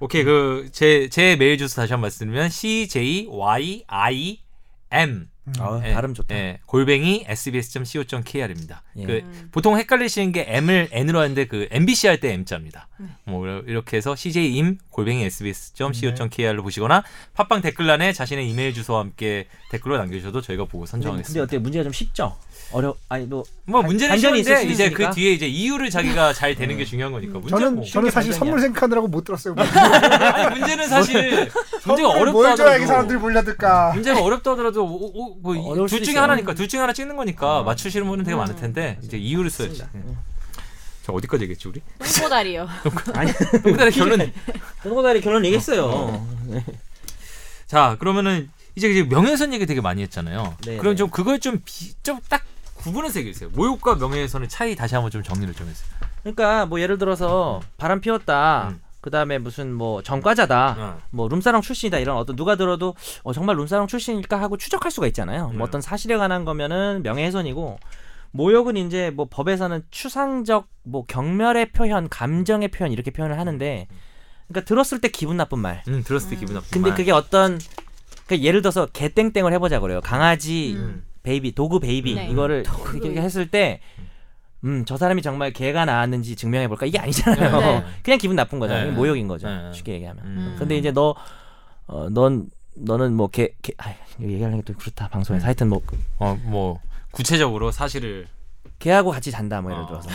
오케이 그 제 제 메일 주소 다시 한 번 말씀드리면 c j y i m 아, 예. 발음 좋다 예, 골뱅이 sbs.co.kr입니다. 예. 그 음. 보통 헷갈리시는 게 M을 N으로 하는데 그 MBC 할 때 M자입니다. 네. 뭐 이렇게 해서 CJ임 골뱅이 sbs.co.kr로 보시거나 팟빵 댓글란에 자신의 이메일 주소와 함께 댓글로 남겨주셔도 저희가 보고 근데, 근데 선정하겠습니다. 어때 문제가 좀 쉽죠? 어려 아니 뭐 뭐 단- 문제는 단전이 쉬운데 있을 수 이제 그 있으니까. 네. 뒤에 이제 이유를 자기가 잘 되는 게 중요한 거니까. 문제 저는 뭐. 저는 사실 신경 선물 생각하느라고 못 들었어요. 아니 문제는 사실 문제가 선물 뭘 줘야 이 어렵다. 사람들이 몰려들까? 문제가 어렵다 하더라도 오- 오- 뭐 이- 어려울 둘 수도 중에 있어요. 하나니까 둘 중에 하나 찍는 거니까 맞추시는 분은 되게 많을 텐데 이제 이유를 써야지. 예. 저 어디까지 얘기했지 우리? 꼬다리요. 아니 그다음에 결론. 똥꼬다리 결론 얘기했어요 자 그러면은 이제 이제 명예훼손 얘기 되게 많이 했잖아요. 네, 그럼 네. 좀 그걸 좀좀딱 구분해서 얘기해주세요. 모욕과 명예훼손의 차이 다시 한번 좀 정리를 좀 해주세요. 그러니까 뭐 예를 들어서 바람 피웠다 음. 그다음에 무슨 뭐 전과자다 어. 뭐 룸사롱 출신이다 이런 어떤 누가 들어도 어, 정말 룸사롱 출신일까 하고 추적할 수가 있잖아요. 음. 네. 뭐 어떤 사실에 관한 거면은 명예훼손이고 모욕은 이제 뭐 법에서는 추상적 뭐 경멸의 표현, 감정의 표현 이렇게 표현을 하는데 그러니까 들었을 때 기분 나쁜 말. 음 들었을 때 기분 나쁜 근데 말. 그게 어떤 그러니까 예를 들어서 개땡땡을 해보자 그래요. 강아지 음. 베이비 도구 베이비 네. 이거를 도구 이렇게 베이비. 했을 때. 음, 저 사람이 정말 개가 나왔는지 증명해 볼까? 이게 아니잖아요. 네. 그냥 기분 나쁜 거잖아요. 네. 이게 모욕인 거죠. 네. 쉽게 얘기하면. 음. 근데 이제 너, 어, 넌, 너는 뭐, 개, 개, 아, 얘기하는 게 또 그렇다, 음. 방송에서. 하여튼 뭐, 그 어뭐 구체적으로 사실을 개하고 같이 잔다, 뭐, 예를 어. 들어서.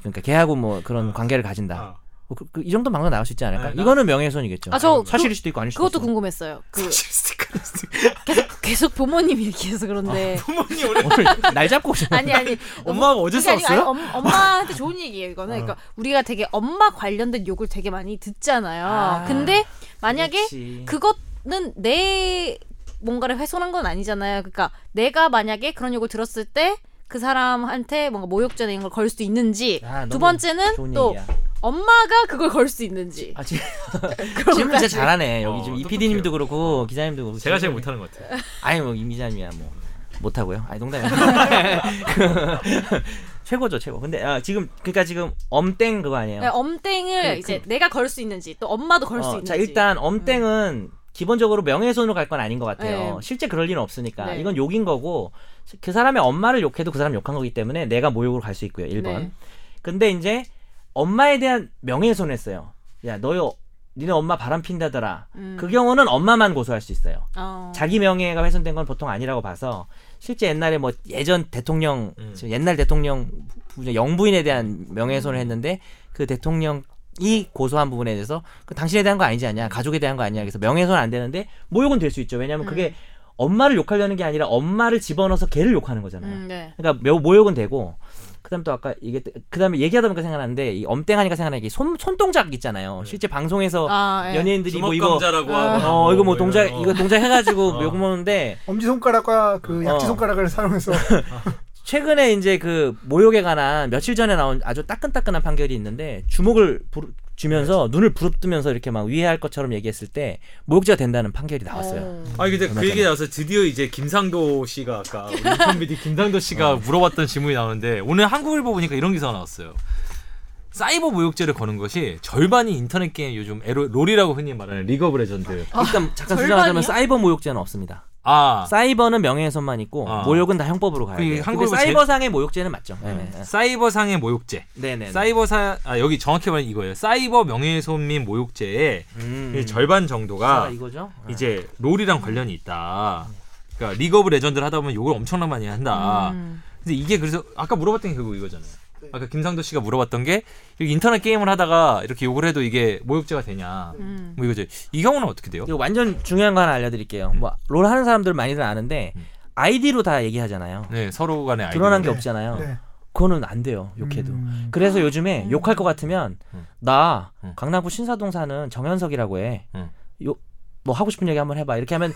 그러니까 개하고 뭐 그런 관계를 가진다. 뭐 그, 그, 이 정도 방송 나올 수 있지 않을까? 어. 네, 나- 이거는 명예훼손이겠죠. 음, 아, 저 사실일 수도 있고 아닐 수도 그것도 있고. 궁금했어요. 그 계속 계속 부모님 얘기해서 그런데 부모님 오늘 오늘 날 잡고 오신 아니 아니 아, 엄마가 어. 어제 그게 아니고 아니, 엄- 엄마한테 좋은 얘기예요 이거는 그러니까 우리가 되게 엄마 관련된 욕을 되게 많이 듣잖아요 아, 근데 만약에 그것은내 뭔가를 훼손한 건 아니잖아요 그러니까 내가 만약에 그런 욕을 들었을 때 그 사람한테 뭔가 모욕죄나 이런 걸 걸 수도 있는지 아, 두 너무 번째는 좋은 또 얘기야. 엄마가 그걸 걸 수 있는지 아, 지- 그런 질문 진짜 것까지. 잘하네. 여기 어, 지금 이 똑똑해요. PD님도 그렇고 기자님도 그렇고. 제가 제일 질문을- 못하는 것 같아요. 아니 뭐 이미자님이야 뭐 못하고요. 아니 농담이야. 최고죠 최고. 근데 아, 지금 그러니까 지금 엄땡 그거 아니에요. 네, 엄땡을 그- 이제 내가 걸 수 있는지 또 엄마도 걸 수 어, 있는지 음. 자 일단 엄땡은 기본적으로 명예훼손으로 갈 건 아닌 것 같아요. 네. 실제 그럴 일은 없으니까 네. 이건 욕인 거고 그 사람의 엄마를 욕해도 그 사람 욕한 거기 때문에 내가 뭐 모욕으로 갈 수 있고요. 1번. 네. 근데 이제 엄마에 대한 명예훼손했어요. 야 너희 니네 엄마 바람 핀다더라. 음. 그 경우는 엄마만 고소할 수 있어요. 어. 자기 명예가 훼손된 건 보통 아니라고 봐서 실제 옛날에 뭐 예전 대통령 음. 지금 옛날 대통령 부- 부- 영부인에 대한 명예훼손을 했는데 그 대통령이 고소한 부분에 대해서 그 당신에 대한 거 아니지 않냐 가족에 대한 거 아니냐 그래서 명예훼손 안 되는데 모욕은 될 수 있죠 왜냐하면 그게 엄마를 욕하려는 게 아니라 엄마를 집어넣어서 걔를 욕하는 거잖아요 음, 네. 그러니까 모- 모욕은 되고 그다음 또 아까 이게 그다음에 얘기하다 보니까 생각나는데 이 엄땡하니까 생각나는 게손 손동작 있잖아요 실제 방송에서 아, 예. 연예인들이 뭐 주먹 이거 감자라고 아. 하고 어 이거 뭐 동작 이거 동작 해가지고 어. 욕 먹는데 엄지 손가락과 그 어. 약지 손가락을 사용해서 최근에 이제 그 모욕에 관한 며칠 전에 나온 아주 따끈따끈한 판결이 있는데 주목을 부르, 주면서 눈을 부릅뜨면서 이렇게 막 위해할 것처럼 얘기했을 때 모욕죄가 된다는 판결이 나왔어요. 어. 아 근데 그 얼마 얘기 나와서 드디어 이제 김상도 씨가 아까 우리 인턴 PD 김상도 씨가 물어봤던 질문이 나오는데 오늘 한국일보 보니까 이런 기사가 나왔어요. 사이버 모욕죄를 거는 것이 절반이 인터넷 게임 요즘 에로, 롤이라고 흔히 말하는 리그 오브 레전드. 일단 잠깐 아, 절반이요? 수정하자면 사이버 모욕죄는 없습니다. 아 사이버는 명예훼손만 있고 아. 모욕은 다 형법으로 가야 그 돼요. 근데 한국에서 사이버상의 모욕죄는 맞죠. 음. 네네. 사이버상의 모욕죄. 네네. 사이버사 아 여기 정확히 말하면 이거예요. 사이버 명예훼손 및 모욕죄의 이 절반 정도가 음. 이거죠. 아. 네. 이제 롤이랑 관련이 있다. 그러니까 리그 오브 레전드를 하다 보면 욕을 엄청나 많이 한다. 음. 근데 이게 그래서 아까 물어봤던 게 결국 이거잖아요. 네. 아까 김상도 씨가 물어봤던 게 여기 인터넷 게임을 하다가 이렇게 욕을 해도 이게 모욕죄가 되냐. 음. 뭐 이거죠. 이 경우는 어떻게 돼요? 이거 완전 중요한 거 하나 알려드릴게요. 뭐 롤 하는 사람들 많이들 아는데 아이디로 다 얘기하잖아요. 음. 네, 서로 간의 아이디. 드러난 게 없잖아요. 네. 어. 그거는 안 돼요. 욕해도. 음. 그래서 요즘에 욕할 것 같으면 음. 나 음. 강남구 신사동 사는 정현석이라고 해. 음. 욕 뭐 하고 싶은 얘기 한번 해봐 이렇게 하면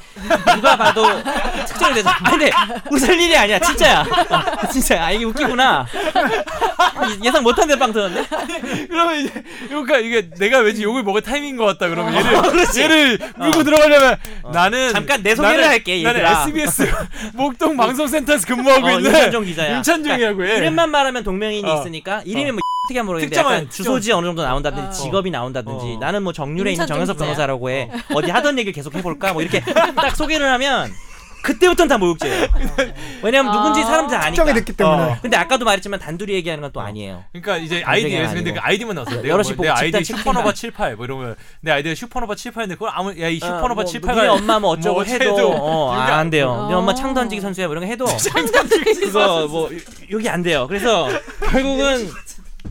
누가 봐도 특정이 돼서 아 근데 웃을 일이 아니야 진짜야 어, 진짜야 아, 이게 웃기구나 예- 예상 못한 데빵 터졌네 그러면 이제 그러니까 이게 내가 왠지 욕을 먹을 타이밍인 것 같다. 그러면 어. 아, 얘를 얘를 물고 들어가려면 나는 잠깐 내 소개를 나는- 할게, 나는 얘들아. SBS 목동 방송센터에서 근무하고 어, 있는 임찬종 기자야 임찬종이라고 해. 이름만 말하면 동명인이 예. 어. 있으니까 이름이 뭐 어떻게 모르겠는데 특정한- 약간 주소지 어느 정도 나온다든지 직업이 나온다든지 어. 나는 뭐 정률에 있는 임찬종 정현석 기자야. 변호사라고 해 어. 디 하던 얘기를 계속 해볼까 뭐 이렇게 딱 소개를 하면 그때부터는 다 모욕죄예요 왜냐면 아. 누군지 사람 다 아니까 특정이 됐기 때문에 어. 근데 아까도 말했지만 단둘이 얘기하는 건 또 아니에요 그러니까 이제 아이디에서 근데 아니고. 그 아이디만 나왔어. 내가 네, 여럿이 뭐, 보고 내 아이디 집단 슈퍼노바 78 뭐 이러면 내 아이디가 슈퍼노바 78인데 그걸 아무 야이 슈퍼노바 뭐 78가 니네 엄마 뭐 어쩌고 뭐 해도, 해도 어, 이게 아, 안 돼요. 안 네 엄마 돼요. 창 던지기 선수야 뭐 이런 거 해도 그거 뭐 여기 안 돼요. 그래서 결국은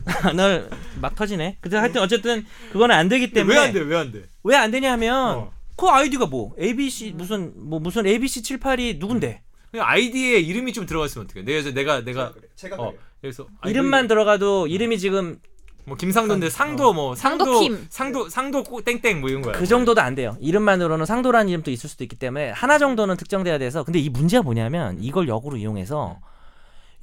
아, 널 막 터지네. 근데 하여튼 어쨌든 그거는 안 되기 때문에 왜 안 돼? 왜 안 돼? 왜 안 되냐면 어. 그 아이디가 뭐 ABC 무슨 뭐 무슨 ABC 78이 누군데 그냥 아이디에 이름이 좀 들어갔으면 어떡해. 내가 이제 내가 제가 내가 그래요. 제가 어 그래요. 그래서 아, 이름만 이거- 들어가도 이름이 지금 뭐 김상도인데 상도 뭐 상도 상도킴. 상도 상도 꼬- 땡땡 뭐 이런 거야. 그 정도도 안 돼요. 이름만으로는 상도라는 이름도 있을 수도 있기 때문에 하나 정도는 특정돼야 돼서 근데 이 문제가 뭐냐면 이걸 역으로 이용해서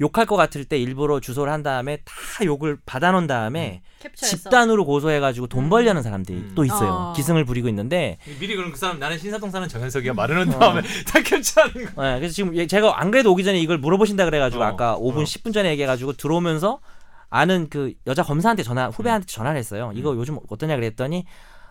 욕할 것 같을 때 일부러 주소를 한 다음에 다 욕을 받아놓은 다음에 캡처해서 집단으로 고소해가지고 돈 벌려는 사람들이 음. 또 있어요. 어. 기승을 부리고 있는데 미리 그럼 그 사람 나는 신사동 사는 정현석이야 말해놓은 다음에 어. 다 캡처하는 거. 예, 그래서 지금 얘- 제가 안 그래도 오기 전에 이걸 물어보신다 그래가지고 어, 아까 5분 어. 10분 전에 얘기해가지고 들어오면서 아는 그 여자 검사한테 전화 후배한테 전화를 했어요. 음. 이거 요즘 어떠냐 그랬더니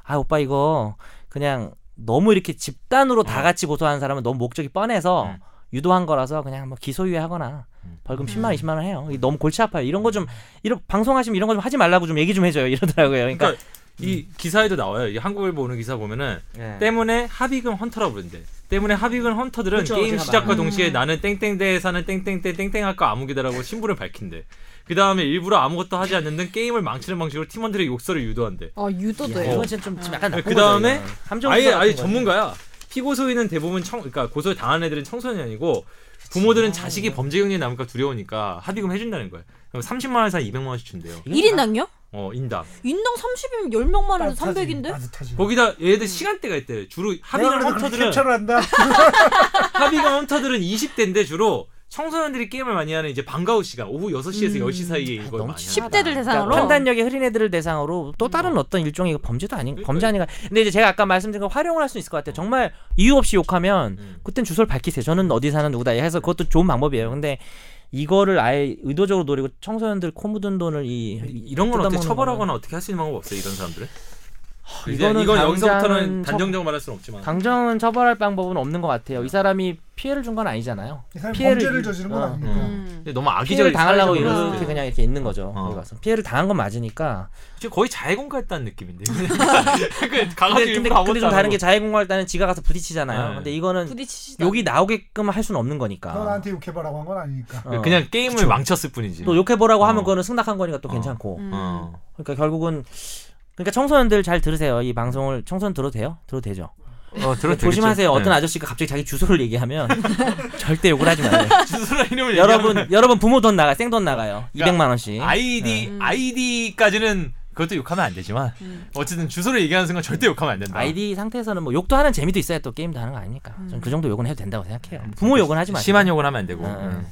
아 오빠 이거 그냥 너무 이렇게 집단으로 다 어. 같이 고소하는 사람은 너무 목적이 뻔해서 음. 유도한 거라서 그냥 뭐 기소유예하거나 음. 벌금 10만 원 20만 원 해요. 이게 너무 골치 아파요. 이런 거 좀 이런 방송하시면 이런 거 좀 하지 말라고 좀 얘기 좀 해줘요. 이러더라고요. 그러니까, 그러니까 이 기사에도 나와요. 이 한국일보 오는 기사 보면은 예. 때문에 합의금 헌터라 부른대. 때문에 합의금 헌터들은 그쵸, 게임 그렇죠. 제가 시작과 말한- 동시에 음. 나는 땡땡대에 사는 땡땡대 땡땡학과 아무개다라고 신분을 밝힌대. 그 다음에 일부러 아무것도 하지 않는 등 게임을 망치는 방식으로 팀원들의 욕설을 유도한대. 어 야, 유도돼요. 이건 진짜 좀, 좀 약간 나쁜 그 다음에 거죠, 아, 이건. 함정 아예 수사 같은 아예 거죠. 전문가야. 피고 소인은 대부분 청 그러니까 고소 당한 애들은 청소년이고 부모들은 아. 자식이 범죄 경리에 남을까 두려우니까 합의금 해준다는 거야. 그럼 30만 원에서 한 200만 원씩 준대요. 1인당요? 어 인당. 인당 30이면 10명만 해도 따뜻하지, 300인데? 따뜻하지. 거기다 얘들 시간대가 있대. 주로 아, 내가 합의금 그래도 그렇게 그렇죠. 헌터들은 캡처를 한다. 합의금 헌터들은 20대인데 주로 청소년들이 게임을 많이 하는 이제 방과후 시간 오후 6시에서 10시 사이에 이걸 음. 너무 많이 치사하다. 하는 10대들 대상으로 그러니까 판단력이 흐린 애들을 대상으로 또 다른 어떤 일종의 범죄도 아닌 음. 그러니까요. 범죄 아닌가. 근데 이제 제가 아까 말씀드린 걸 활용을 할 수 있을 것 같아요. 정말 이유 없이 욕하면 음. 그땐 주소를 밝히세요. 저는 어디 사는 누구다 해서 그것도 좋은 방법이에요. 근데 이거를 아예 의도적으로 노리고 청소년들 코 묻은 돈을 이 이런 건 어떻게 뜯어먹는 처벌하거나 어떻게 할 수 있는 방법 없어요 이런 사람들은? 이제 이거는 이건 여기서부터는 당장은 단정적으로 말할 수는 없지만 당정은 처벌할 방법은 없는 것 같아요. 이 사람이 피해를 준 건 아니잖아요. 이 사람이 피해를 범죄를 입- 저지른 건 어. 아니니까. 음. 근데 너무 피해를 악의적인 당하려고 사회적으로 이런- 봤을 이렇게 때 그냥 이렇게 있는 거죠. 어. 거기 가서 피해를 당한 건 맞으니까 지금 거의 자해공갈단 느낌인데. 그러니까 가가지고 근데, 근데, 일부러 근데 아무것도 좀 안 다른 게 하고. 자해공갈 때는 지가 가서 부딪히잖아요. 네. 근데 이거는 부딪히시다. 욕이 나오게끔 할 수는 없는 거니까. 너 나한테 욕해봐라고 한 건 아니니까. 어. 그냥 게임을 망쳤을 뿐이지. 또 욕해보라고 하면 어. 그거는 승낙한 거니까 또 어. 괜찮고. 음. 어. 그러니까 결국은 그러니까 청소년들 잘 들으세요. 이 방송을 청소년 들어도 돼요? 들어도 되죠. 어, 들어도 조심하세요. 되겠죠? 어떤 아저씨가 갑자기 자기 주소를 얘기하면 절대 욕을 하지 마세요. 네. 주소나 이름을 여러분 여러분 부모 돈 나가 생돈 나가요. 그러니까 200만 원씩. 아이디 네. 아이디까지는 그것도 욕하면 안 되지만 음. 어쨌든 주소를 얘기하는 순간 절대 욕하면 안 된다. 아이디 상태에서는 뭐 욕도 하는 재미도 있어야 또 게임도 하는 거 아닙니까? 음. 저는 그 정도 욕은 해도 된다고 생각해요. 부모 욕은 하지 마세요. 음. 심한 욕은 하면 안 되고. 음. 음.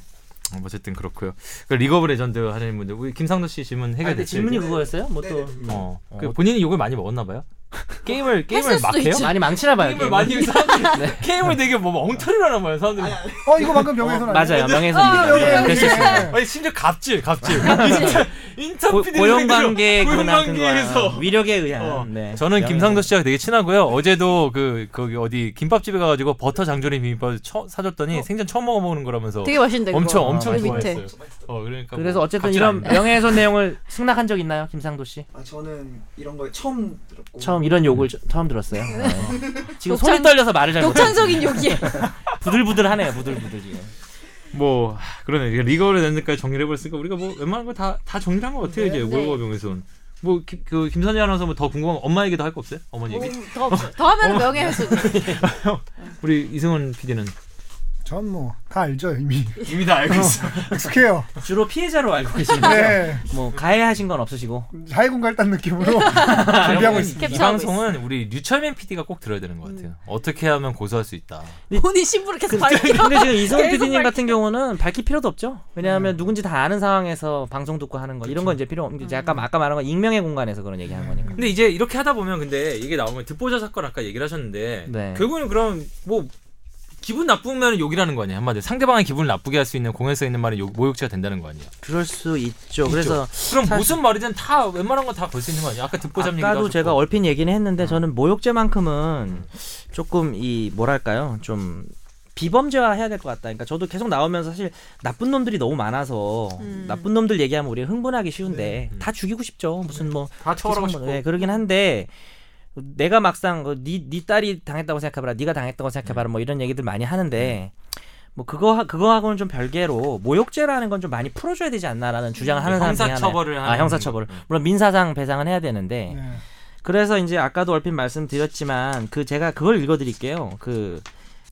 음, 어쨌든 그렇고요. 그 리그 오브 레전드 하는 분들 우리 김상도 씨 아, 질문 근데 해결됐죠. 질문이 그거였어요? 뭐 네네. 또 어. 어. 그 본인이 욕을 많이 먹었나 봐요. 게임을 했을 게임을 수도 막 해요? 있지. 많이 망치나 봐요. 게임을 게임을. 많이 사람들이 네. 게임을 되게 뭐 엉터리로 하는 거예요, 사람들이. 아니, 아니. 어 이거 방금 명예훼손 아니야? 맞아요. 아, 네, 명예훼손입니다. 명예훼손. 될수 있습니다. 아니 심지어 갑질, 갑질. 아, 고- 인턴 피디 고용관계 고용관계에서. 고용관계에서 위력에 의한 어. 네. 저는 김상도 명예훼손. 씨랑 되게 친하고요. 어제도 그 거기 어디 김밥집에 가가지고 버터 장조림 비빔밥 처- 사줬더니 생전 처음 먹어보는 거라면서 되게 맛있는데 엄청 그거. 엄청 아, 좋아했어요. 밑에. 어 그러니까 그래서 뭐 어쨌든 갑질 이런 아닙니다. 명예훼손 내용을 승낙한 적 있나요, 김상도 씨? 아 저는 이런 거 처음 들었고 처음 이런 욕을 저- 처음 들었어요. 네. 지금 녹찬- 손이 떨려서 말을 잘 못해. 독창적인 욕이에요. 부들부들하네요, 부들부들 지금. 뭐 하, 그러네 이게 리거를 낸데까지 정리를 해버렸으니까 우리가 뭐 웬만한 거 다 다 정리한 것 같아요 이제 네. 월급 명예훼손 뭐그 김선재 아나운서 뭐 더 궁금한 거, 엄마 얘기도 할 거 없어요 어머니 얘기 더, 더 하면 명예훼손. 우리 이승훈 PD는 전 뭐 다 알죠 이미 이미 다 알고 있어. 익숙해요. 주로 피해자로 알고 계시는데요. 네, 뭐 가해하신 건 없으시고 사회공 갈단 느낌으로 네, 준비하고 있습니다. 이 캡처하고 방송은 우리 류철민 PD가 꼭 들어야 되는 것 같아요. 어떻게 하면 고소할 수 있다. 본인 신부를 계속 밝히고 근데 지금 이성훈 계속 PD님 밝히- 같은 경우는 밝힐 필요도 없죠. 왜냐하면 누군지 다 아는 상황에서 방송 듣고 하는 거 이런 건 이제 필요 없는 게 아까 아까 말한 건 익명의 공간에서 그런 얘기한 거니까. 근데 이제 이렇게 하다 보면 근데 이게 나오면 듣보자 사건 아까 얘기를 하셨는데 네. 결국은 그럼 뭐 기분 나쁘면 욕이라는 거 아니에요 한마디로 상대방의 기분을 나쁘게 할 수 있는 공연성 있는 말은 욕, 모욕죄가 된다는 거 아니에요 그럴 수 있죠. 그래서 그럼 사실- 무슨 말이든 다 웬만한 건 다 걸 수 있는 거 아니에요 아까 듣보잡 얘기도 아까도 하셨고. 네. 제가 얼핏 얘기는 했는데 저는 모욕죄만큼은 조금 이 뭐랄까요 좀 비범죄화 해야 될 것 같다. 그러니까 저도 계속 나오면서 사실 나쁜 놈들이 너무 많아서 음. 나쁜 놈들 얘기하면 우리가 흥분하기 쉬운데 다 죽이고 싶죠. 무슨 뭐 다 네. 음. 처벌하고 싶고 네, 그러긴 한데 내가 막상 어, 네, 네 딸이 당했다고 생각해봐라, 네가 당했다고 생각해봐라, 뭐 이런 얘기들 많이 네. 하는데 뭐 그거 하- 그거하고는 좀 별개로 모욕죄라는 건 좀 많이 풀어줘야 되지 않나라는 주장을 하는 사람이 형사처벌을 하나. 하는 음. 아 형사처벌 거. 물론 민사상 배상은 해야 되는데 네. 그래서 이제 아까도 얼핏 말씀드렸지만 그 제가 그걸 읽어드릴게요. 그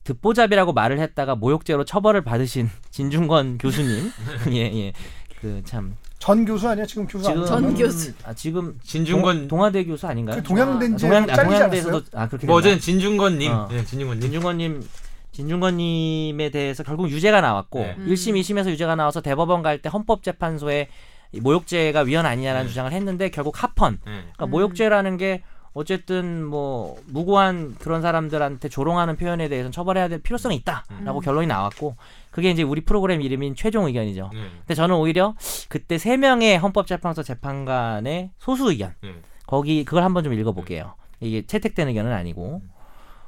듣보잡이라고 말을 했다가 모욕죄로 처벌을 받으신 진중권 교수님 예, 예예그참 전 교수 아니야 지금 교수 지금 아니야? 전 교수. 아 지금 진중권 동, 화대 교수 아닌가요? 그 동양대인지 잘리지 않았어요? 아 그렇게 됐나? 뭐 어제는 진중권님 어. 네, 진중권님 진중권님 진중권님에 대해서 결국 유죄가 나왔고 네. 음. 일 1심 2심에서 유죄가 나와서 대법원 갈 때 헌법재판소에 이 모욕죄가 위헌 아니냐라는 네. 주장을 했는데 결국 합헌 네. 그러니까 음. 모욕죄라는 게 어쨌든 뭐 무고한 그런 사람들한테 조롱하는 표현에 대해서는 처벌해야 될 필요성이 있다라고 음. 결론이 나왔고 그게 이제 우리 프로그램 이름인 최종 의견이죠. 네. 근데 저는 오히려 그때 세 명의 헌법재판소 재판관의 소수 의견 네. 거기 그걸 한번 좀 읽어볼게요. 이게 채택된 의견은 아니고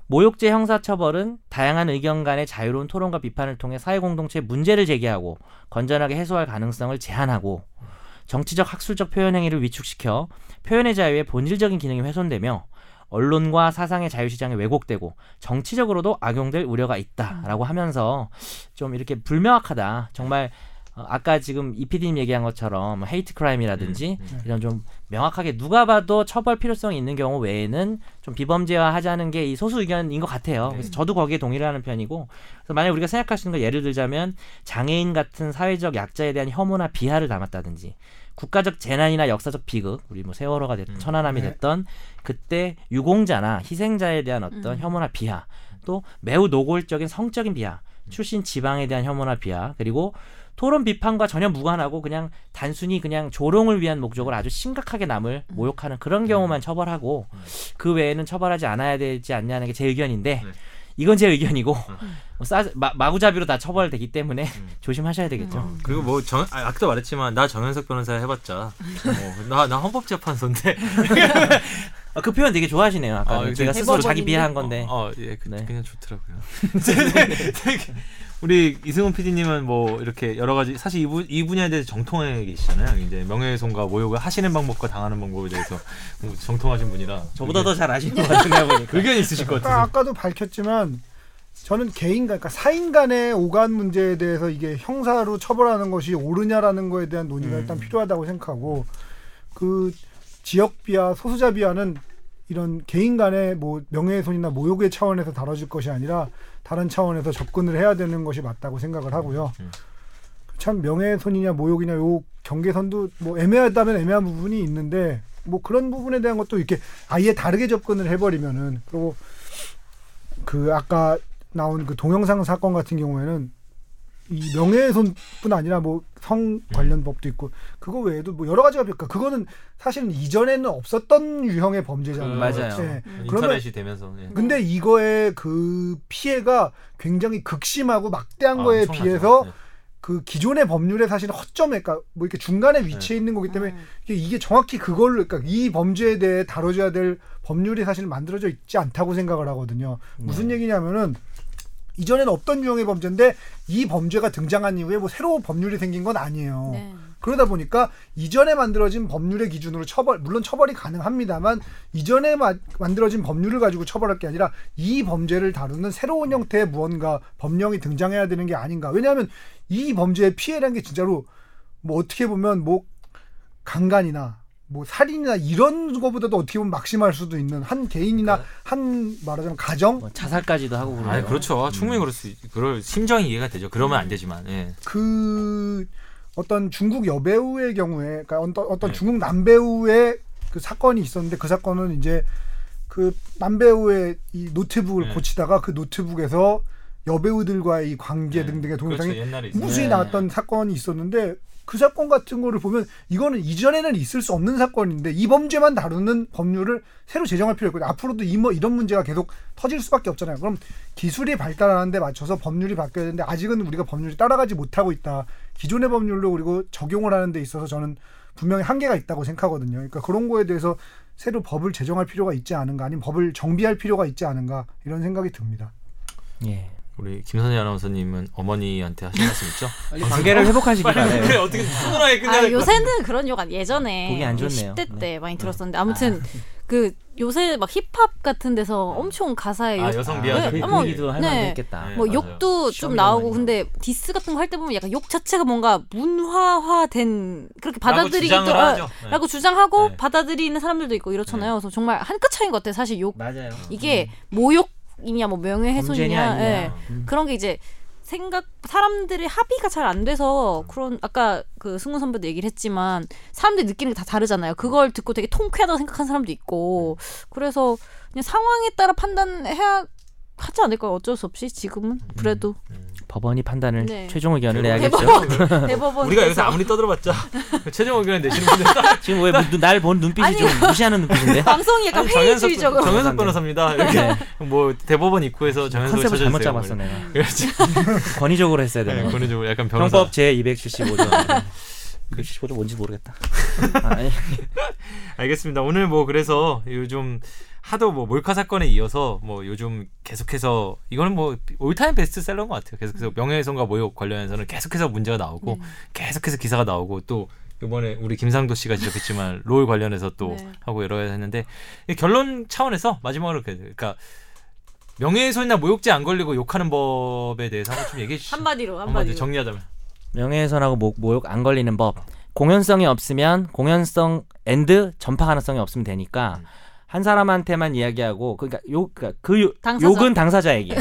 모욕죄 형사처벌은 다양한 의견 간의 자유로운 토론과 비판을 통해 사회 공동체의 문제를 제기하고 건전하게 해소할 가능성을 제한하고 정치적 학술적 표현 행위를 위축시켜 표현의 자유의 본질적인 기능이 훼손되며 언론과 사상의 자유시장이 왜곡되고 정치적으로도 악용될 우려가 있다라고 하면서 좀 이렇게 불명확하다 정말 어, 아까 지금 이 PD님 얘기한 것처럼 뭐 헤이트 음. 크라임이라든지 네. 이런 좀 명확하게 누가 봐도 처벌 필요성이 있는 경우 외에는 좀 비범죄화 하자는 게 이 소수 의견인 것 같아요. 그래서 저도 거기에 동의를 하는 편이고 그래서 만약 우리가 생각할 수 있는 거 예를 들자면 장애인 같은 사회적 약자에 대한 혐오나 비하를 담았다든지 국가적 재난이나 역사적 비극 우리 뭐 세월호가 됐던 천안함이 네. 됐던 그때 유공자나 희생자에 대한 어떤 혐오나 비하 또 매우 노골적인 성적인 비하 출신 지방에 대한 혐오나 비하 그리고 토론 비판과 전혀 무관하고 그냥 단순히 그냥 조롱을 위한 목적으로 아주 심각하게 남을 음. 모욕하는 그런 경우만 네. 처벌하고 그 외에는 처벌하지 않아야 되지 않냐는 게 제 네. 의견인데 음. 이건 제 의견이고 음. 뭐 싸, 마, 마구잡이로 다 처벌되기 때문에 조심하셔야 되겠죠. 음. 그리고 뭐 정, 아, 아까도 말했지만 나 정현석 변호사 해봤자 뭐, 나, 나 헌법재판소인데 아, 그 표현 되게 좋아하시네요. 아까 아, 제가 이제 스스로 자기 해법원인데? 비하한 건데 어, 어, 예, 그, 네. 그냥 좋더라고요. 되게- 우리 이승훈 PD님은 뭐 이렇게 여러 가지 사실 이, 분, 이 분야에 대해서 정통해 계시잖아요. 이제 명예훼손과 모욕을 하시는 방법과 당하는 방법에 대해서 뭐 정통하신 분이라 네. 저보다 더 잘 아시는 네. 것 같은데 보니까. 의견 있으실 것 아까, 같아서 아까도 밝혔지만 저는 개인 간 그러니까 사인 간의 오간 문제에 대해서 이게 형사로 처벌하는 것이 옳으냐라는 거에 대한 논의가 일단 필요하다고 생각하고 그 지역 비하 소수자 비하는 이런 개인 간의 뭐 명예훼손이나 모욕의 차원에서 다뤄질 것이 아니라 다른 차원에서 접근을 해야 되는 것이 맞다고 생각을 하고요. 참 명예훼손이냐 모욕이냐 요 경계선도 뭐 애매하다면 애매한 부분이 있는데 뭐 그런 부분에 대한 것도 이렇게 아예 다르게 접근을 해버리면은 그리고 그 아까 나온 그 동영상 사건 같은 경우에는 이 명예훼손뿐 아니라 뭐 성 관련 법도 있고 그거 외에도 뭐 여러 가지가 있까 그거는 사실은 이전에는 없었던 유형의 범죄잖아요. 음, 맞아요. 예. 그러면 인터넷이 되면서 예. 근데 이거의 그 피해가 굉장히 극심하고 막대한 아, 거에 엄청나죠. 비해서 네. 그 기존의 법률에 사실 허점에 그러니까 뭐 이렇게 중간에 위치해 있는 거기 음. 때문에 이게, 이게 정확히 그걸 그러니까 이 범죄에 대해 다뤄줘야 될 법률이 사실 만들어져 있지 않다고 생각을 하거든요. 무슨 얘기냐면은 이전에는 없던 유형의 범죄인데 이 범죄가 등장한 이후에 뭐 새로운 법률이 생긴 건 아니에요. 네. 그러다 보니까 이전에 만들어진 법률의 기준으로 처벌 물론 처벌이 가능합니다만 이전에 마- 만들어진 법률을 가지고 처벌할 게 아니라 이 범죄를 다루는 새로운 형태의 무언가 법령이 등장해야 되는 게 아닌가 왜냐하면 이 범죄의 피해라는 게 진짜로 뭐 어떻게 보면 뭐 강간이나 뭐 살인이나 이런 거보다도 어떻게 보면 막심할 수도 있는 한 개인이나 한 말하자면 가정 뭐 자살까지도 하고 그러네요. 아니 그렇죠. 충분히 그럴 수 있, 그럴 심정이 이해가 되죠. 그러면 안 되지만. 예. 그 어떤 중국 여배우의 경우에 그러니까 어떤, 어떤 네. 중국 남배우의 그 사건이 있었는데 그 사건은 이제 그 남배우의 이 노트북을 네. 고치다가 그 노트북에서 여배우들과의 이 관계 예. 등등의 그렇죠. 동영상이 옛날에 있어요. 무수히 네. 나왔던 사건이 있었는데 그 사건 같은 거를 보면 이거는 이전에는 있을 수 없는 사건인데 이 범죄만 다루는 법률을 새로 제정할 필요가 있고 앞으로도 이 뭐 이런 문제가 계속 터질 수밖에 없잖아요. 그럼 기술이 발달하는 데 맞춰서 법률이 바뀌어야 되는데 아직은 우리가 법률이 따라가지 못하고 있다. 기존의 법률로 그리고 적용을 하는 데 있어서 저는 분명히 한계가 있다고 생각하거든요. 그러니까 그런 거에 대해서 새로 법을 제정할 필요가 있지 않은가 아니면 법을 정비할 필요가 있지 않은가 이런 생각이 듭니다. 예. 우리 김선희 아나운서님은 어머니한테 하신 말씀 있죠? 관계를 회복하시길 바래요. 네, 어떻게 순하게 아, 요새는 그런 욕 아니 예전에 보기 안 좋네요. 10대 때 네. 많이 들었었는데 아무튼 그 요새 막 힙합 같은 데서 엄청 가사에 아 욕- 여성 아, 비하적. 그 네, 인 어머, 분위기도 할 네. 만도 했겠다. 네. 뭐 맞아요. 욕도 좀 시험이 나오고 많이 근데 디스 같은 거 할 때 보면 약간 욕 자체가 뭔가 문화화된 그렇게 받아들이기도 주장을 아, 하죠. 네. 라고 주장하고 네. 받아들이는 사람들도 있고 이렇잖아요. 그래서 정말 한 끗 차이인 것 같아요. 사실 욕 맞아요. 네. 이게 모욕이냐 뭐 범죄냐 명예훼손이냐 아니냐. 예. 그런 게 이제 생각 사람들의 합의가 잘 안 돼서 그런 아까 그 승훈 선배도 얘기를 했지만 사람들이 느끼는 게 다 다르잖아요. 그걸 듣고 되게 통쾌하다고 생각한 사람도 있고 그래서 그냥 상황에 따라 판단해야 하지 않을까요? 어쩔 수 없이 지금은 음, 그래도 법원이 판단을 네. 최종 의견을 내야겠죠. 대법원 대법원 우리가 여기서 아무리 떠들어봤자 최종 의견을 내시는 분들 지금 왜날본 눈빛이 아니, 좀 무시하는 눈빛인데? 방송이 약간 정현석 회의주의적으로 네. 정현석 변호사입니다. 이렇게 뭐 대법원 입구에서 정현석 컨셉을 잘못 쳐주세요. 잡았어 내가. 그렇지. 권위적으로 했어야 되는 네, 거. 권위적으로 약간 변호사. 형법 제 275조. 275조 뭔지 모르겠다. 아, 아니, 알겠습니다. 오늘 뭐 그래서 요즘 하도 뭐 몰카 사건에 이어서 뭐 요즘 계속해서 이거는 뭐 올타임 베스트셀러인 것 같아요. 계속해서 명예훼손과 모욕 관련해서는 계속해서 문제가 나오고 네. 계속해서 기사가 나오고 또 이번에 우리 김상도 씨가 지적했지만 롤 관련해서 또 네. 하고 여러 가지 했는데 이 결론 차원에서 마지막으로 그- 그러니까 명예훼손이나 모욕죄 안 걸리고 욕하는 법에 대해서 한번 좀 얘기해 주시죠. 한마디로 한마디 한마디로 정리하자면 명예훼손하고 모, 모욕 안 걸리는 법. 공연성이 없으면 공연성 앤드 전파 가능성이 없으면 되니까 한 사람한테만 이야기하고 그러니까 욕 그러니까 그 욕, 당사자. 네. 욕은 당사자 얘기예요.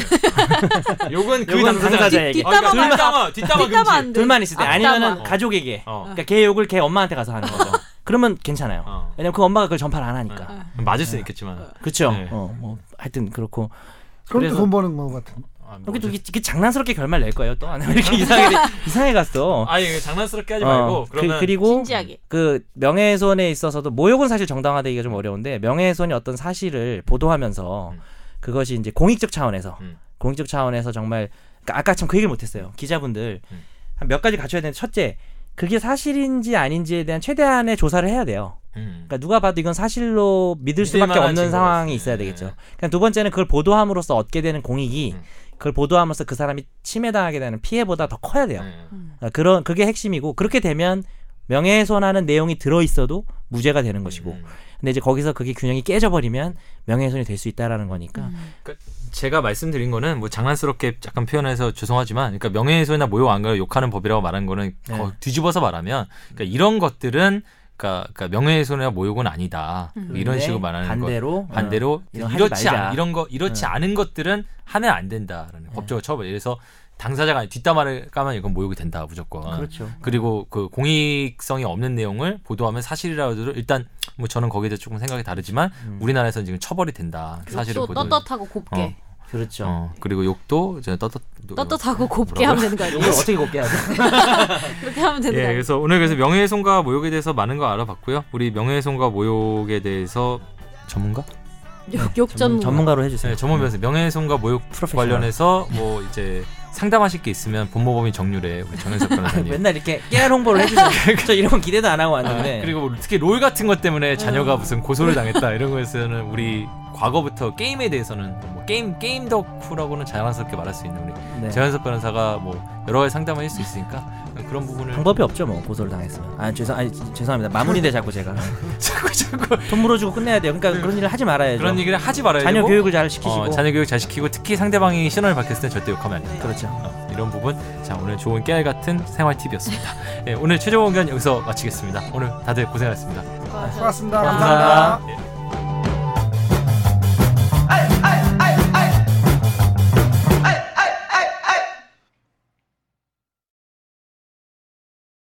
욕은 그 욕은 당사자 당사자에게. 얘기. 뒷담화만 뒷담화 뒷담화 뒷담화 금지. 안 돼. 둘만 있을 때 아니면은 앞담화. 가족에게. 어. 그러니까 걔 욕을 걔 엄마한테 가서 하는 거죠. 그러면 괜찮아요. 어. 왜냐면 그 엄마가 그걸 전파를 안 하니까. 맞을 수는 있겠지만. 그렇죠. 네. 어, 뭐 하여튼 그렇고 그럼 그래서- 또 돈 버는 거 같은. 아, 뭐 이렇게 또 어쨌든. 이게, 이게 장난스럽게 결말 낼 거예요. 또 아니면 이렇게 이상하게 이상해 갔어. 아니 이거 장난스럽게 하지 말고 어, 그러면 그, 리고 진지하게 그 명예훼손에 있어서도 모욕은 사실 정당화되기가 좀 어려운데 명예훼손이 어떤 사실을 보도하면서 음. 그것이 이제 공익적 차원에서 음. 공익적 차원에서 정말 그러니까 아까 참 그 얘기를 못했어요 기자분들 음. 한 몇 가지 갖춰야 되는데 첫째 그게 사실인지 아닌지에 대한 최대한의 조사를 해야 돼요. 음. 그러니까 누가 봐도 이건 사실로 믿을 믿을 수밖에 만한 없는 증거가 상황이 있어요. 있어야 네. 되겠죠. 그러니까 두 번째는 그걸 보도함으로써 얻게 되는 공익이 음. 그걸 보도함으로써 그 사람이 침해당하게 되는 피해보다 더 커야 돼요. 음. 그러니까 그런 그게 핵심이고 그렇게 되면 명예훼손하는 내용이 들어 있어도 무죄가 되는 것이고 음. 근데 이제 거기서 그게 균형이 깨져버리면 명예훼손이 될 수 있다라는 거니까 음. 음. 제가 말씀드린 거는 뭐 장난스럽게 약간 표현해서 죄송하지만 그러니까 명예훼손이나 모욕 안 가요 욕하는 법이라고 말한 거는 네. 거- 뒤집어서 말하면 그러니까 이런 것들은 그러니까, 그러니까 명예훼손이나 모욕은 아니다 음. 이런 식으로 말하는 거 반대로 어, 반대로 이런 하지 이렇지 말자. 네. 않, 이런 거 이렇지 않은 것들은 하면 안 된다라는 법적으로 처벌. 예를 들어서 당사자가 아니라 뒷담화를 까면 이건 모욕이 된다 무조건. 그렇죠. 그리고 그 공익성이 없는 내용을 보도하면 사실이라도 일단 뭐 저는 거기에 대해 조금 생각이 다르지만 우리나라에서는 지금 처벌이 된다. 그 사실을 욕도 보도. 그렇죠. 떳떳하고 곱게 그렇죠. 어, 그리고 욕도 네, 이제 떳떳 떳떳하고 곱게 하면 되는 거 아니에요? 이걸 어떻게 곱게 하죠? 그렇게 하면 되는 예, 거 아니에요? 그래서 오늘 그래서 명예훼손과 모욕에 대해서 많은 거 알아봤고요. 우리 명예훼손과 모욕에 대해서 전문가? 욕, 욕 전문 전문가로 해주세요. 음. 네, 전문 변호사 명예훼손과 모욕 프로페셔널. 관련해서 뭐 이제 상담하실 게 있으면 본모범인 정률에 우리 정현석 변호사님 맨날 이렇게 깨알 홍보를 해주세요. 저 이런 건 기대도 안 하고 왔는데. 그리고 뭐 특히 롤 같은 것 때문에 자녀가 무슨 고소를 당했다 이런 거에서는 우리 과거부터 게임에 대해서는 뭐 게임 게임 덕후라고는 자연스럽게 말할 수 있는 우리 네. 재현석 변호사가 뭐 여러 가지 상담을 할 수 있으니까 그런 부분을 방법이 없죠 뭐 고소를 당했으면 아 죄송 아니 지- 죄송합니다 마무리돼 자꾸 제가 자꾸 자꾸 네. 돈 물어주고 끝내야 돼요 그러니까 그런 일을 하지 말아야죠 그런 얘기를 하지 말아야 자녀 되고 교육을 잘 시키시고 어, 자녀 교육 잘 시키고 특히 상대방이 신호를 밝혔을 때 절대 욕하면 안 된다 그렇죠 어, 이런 부분 자 오늘 좋은 깨알 같은 생활 팁이었습니다 예, 오늘 최종 의견 여기서 마치겠습니다 오늘 다들 고생하셨습니다 아, 수고하셨습니다. 감사합니다. 감사합니다. 네.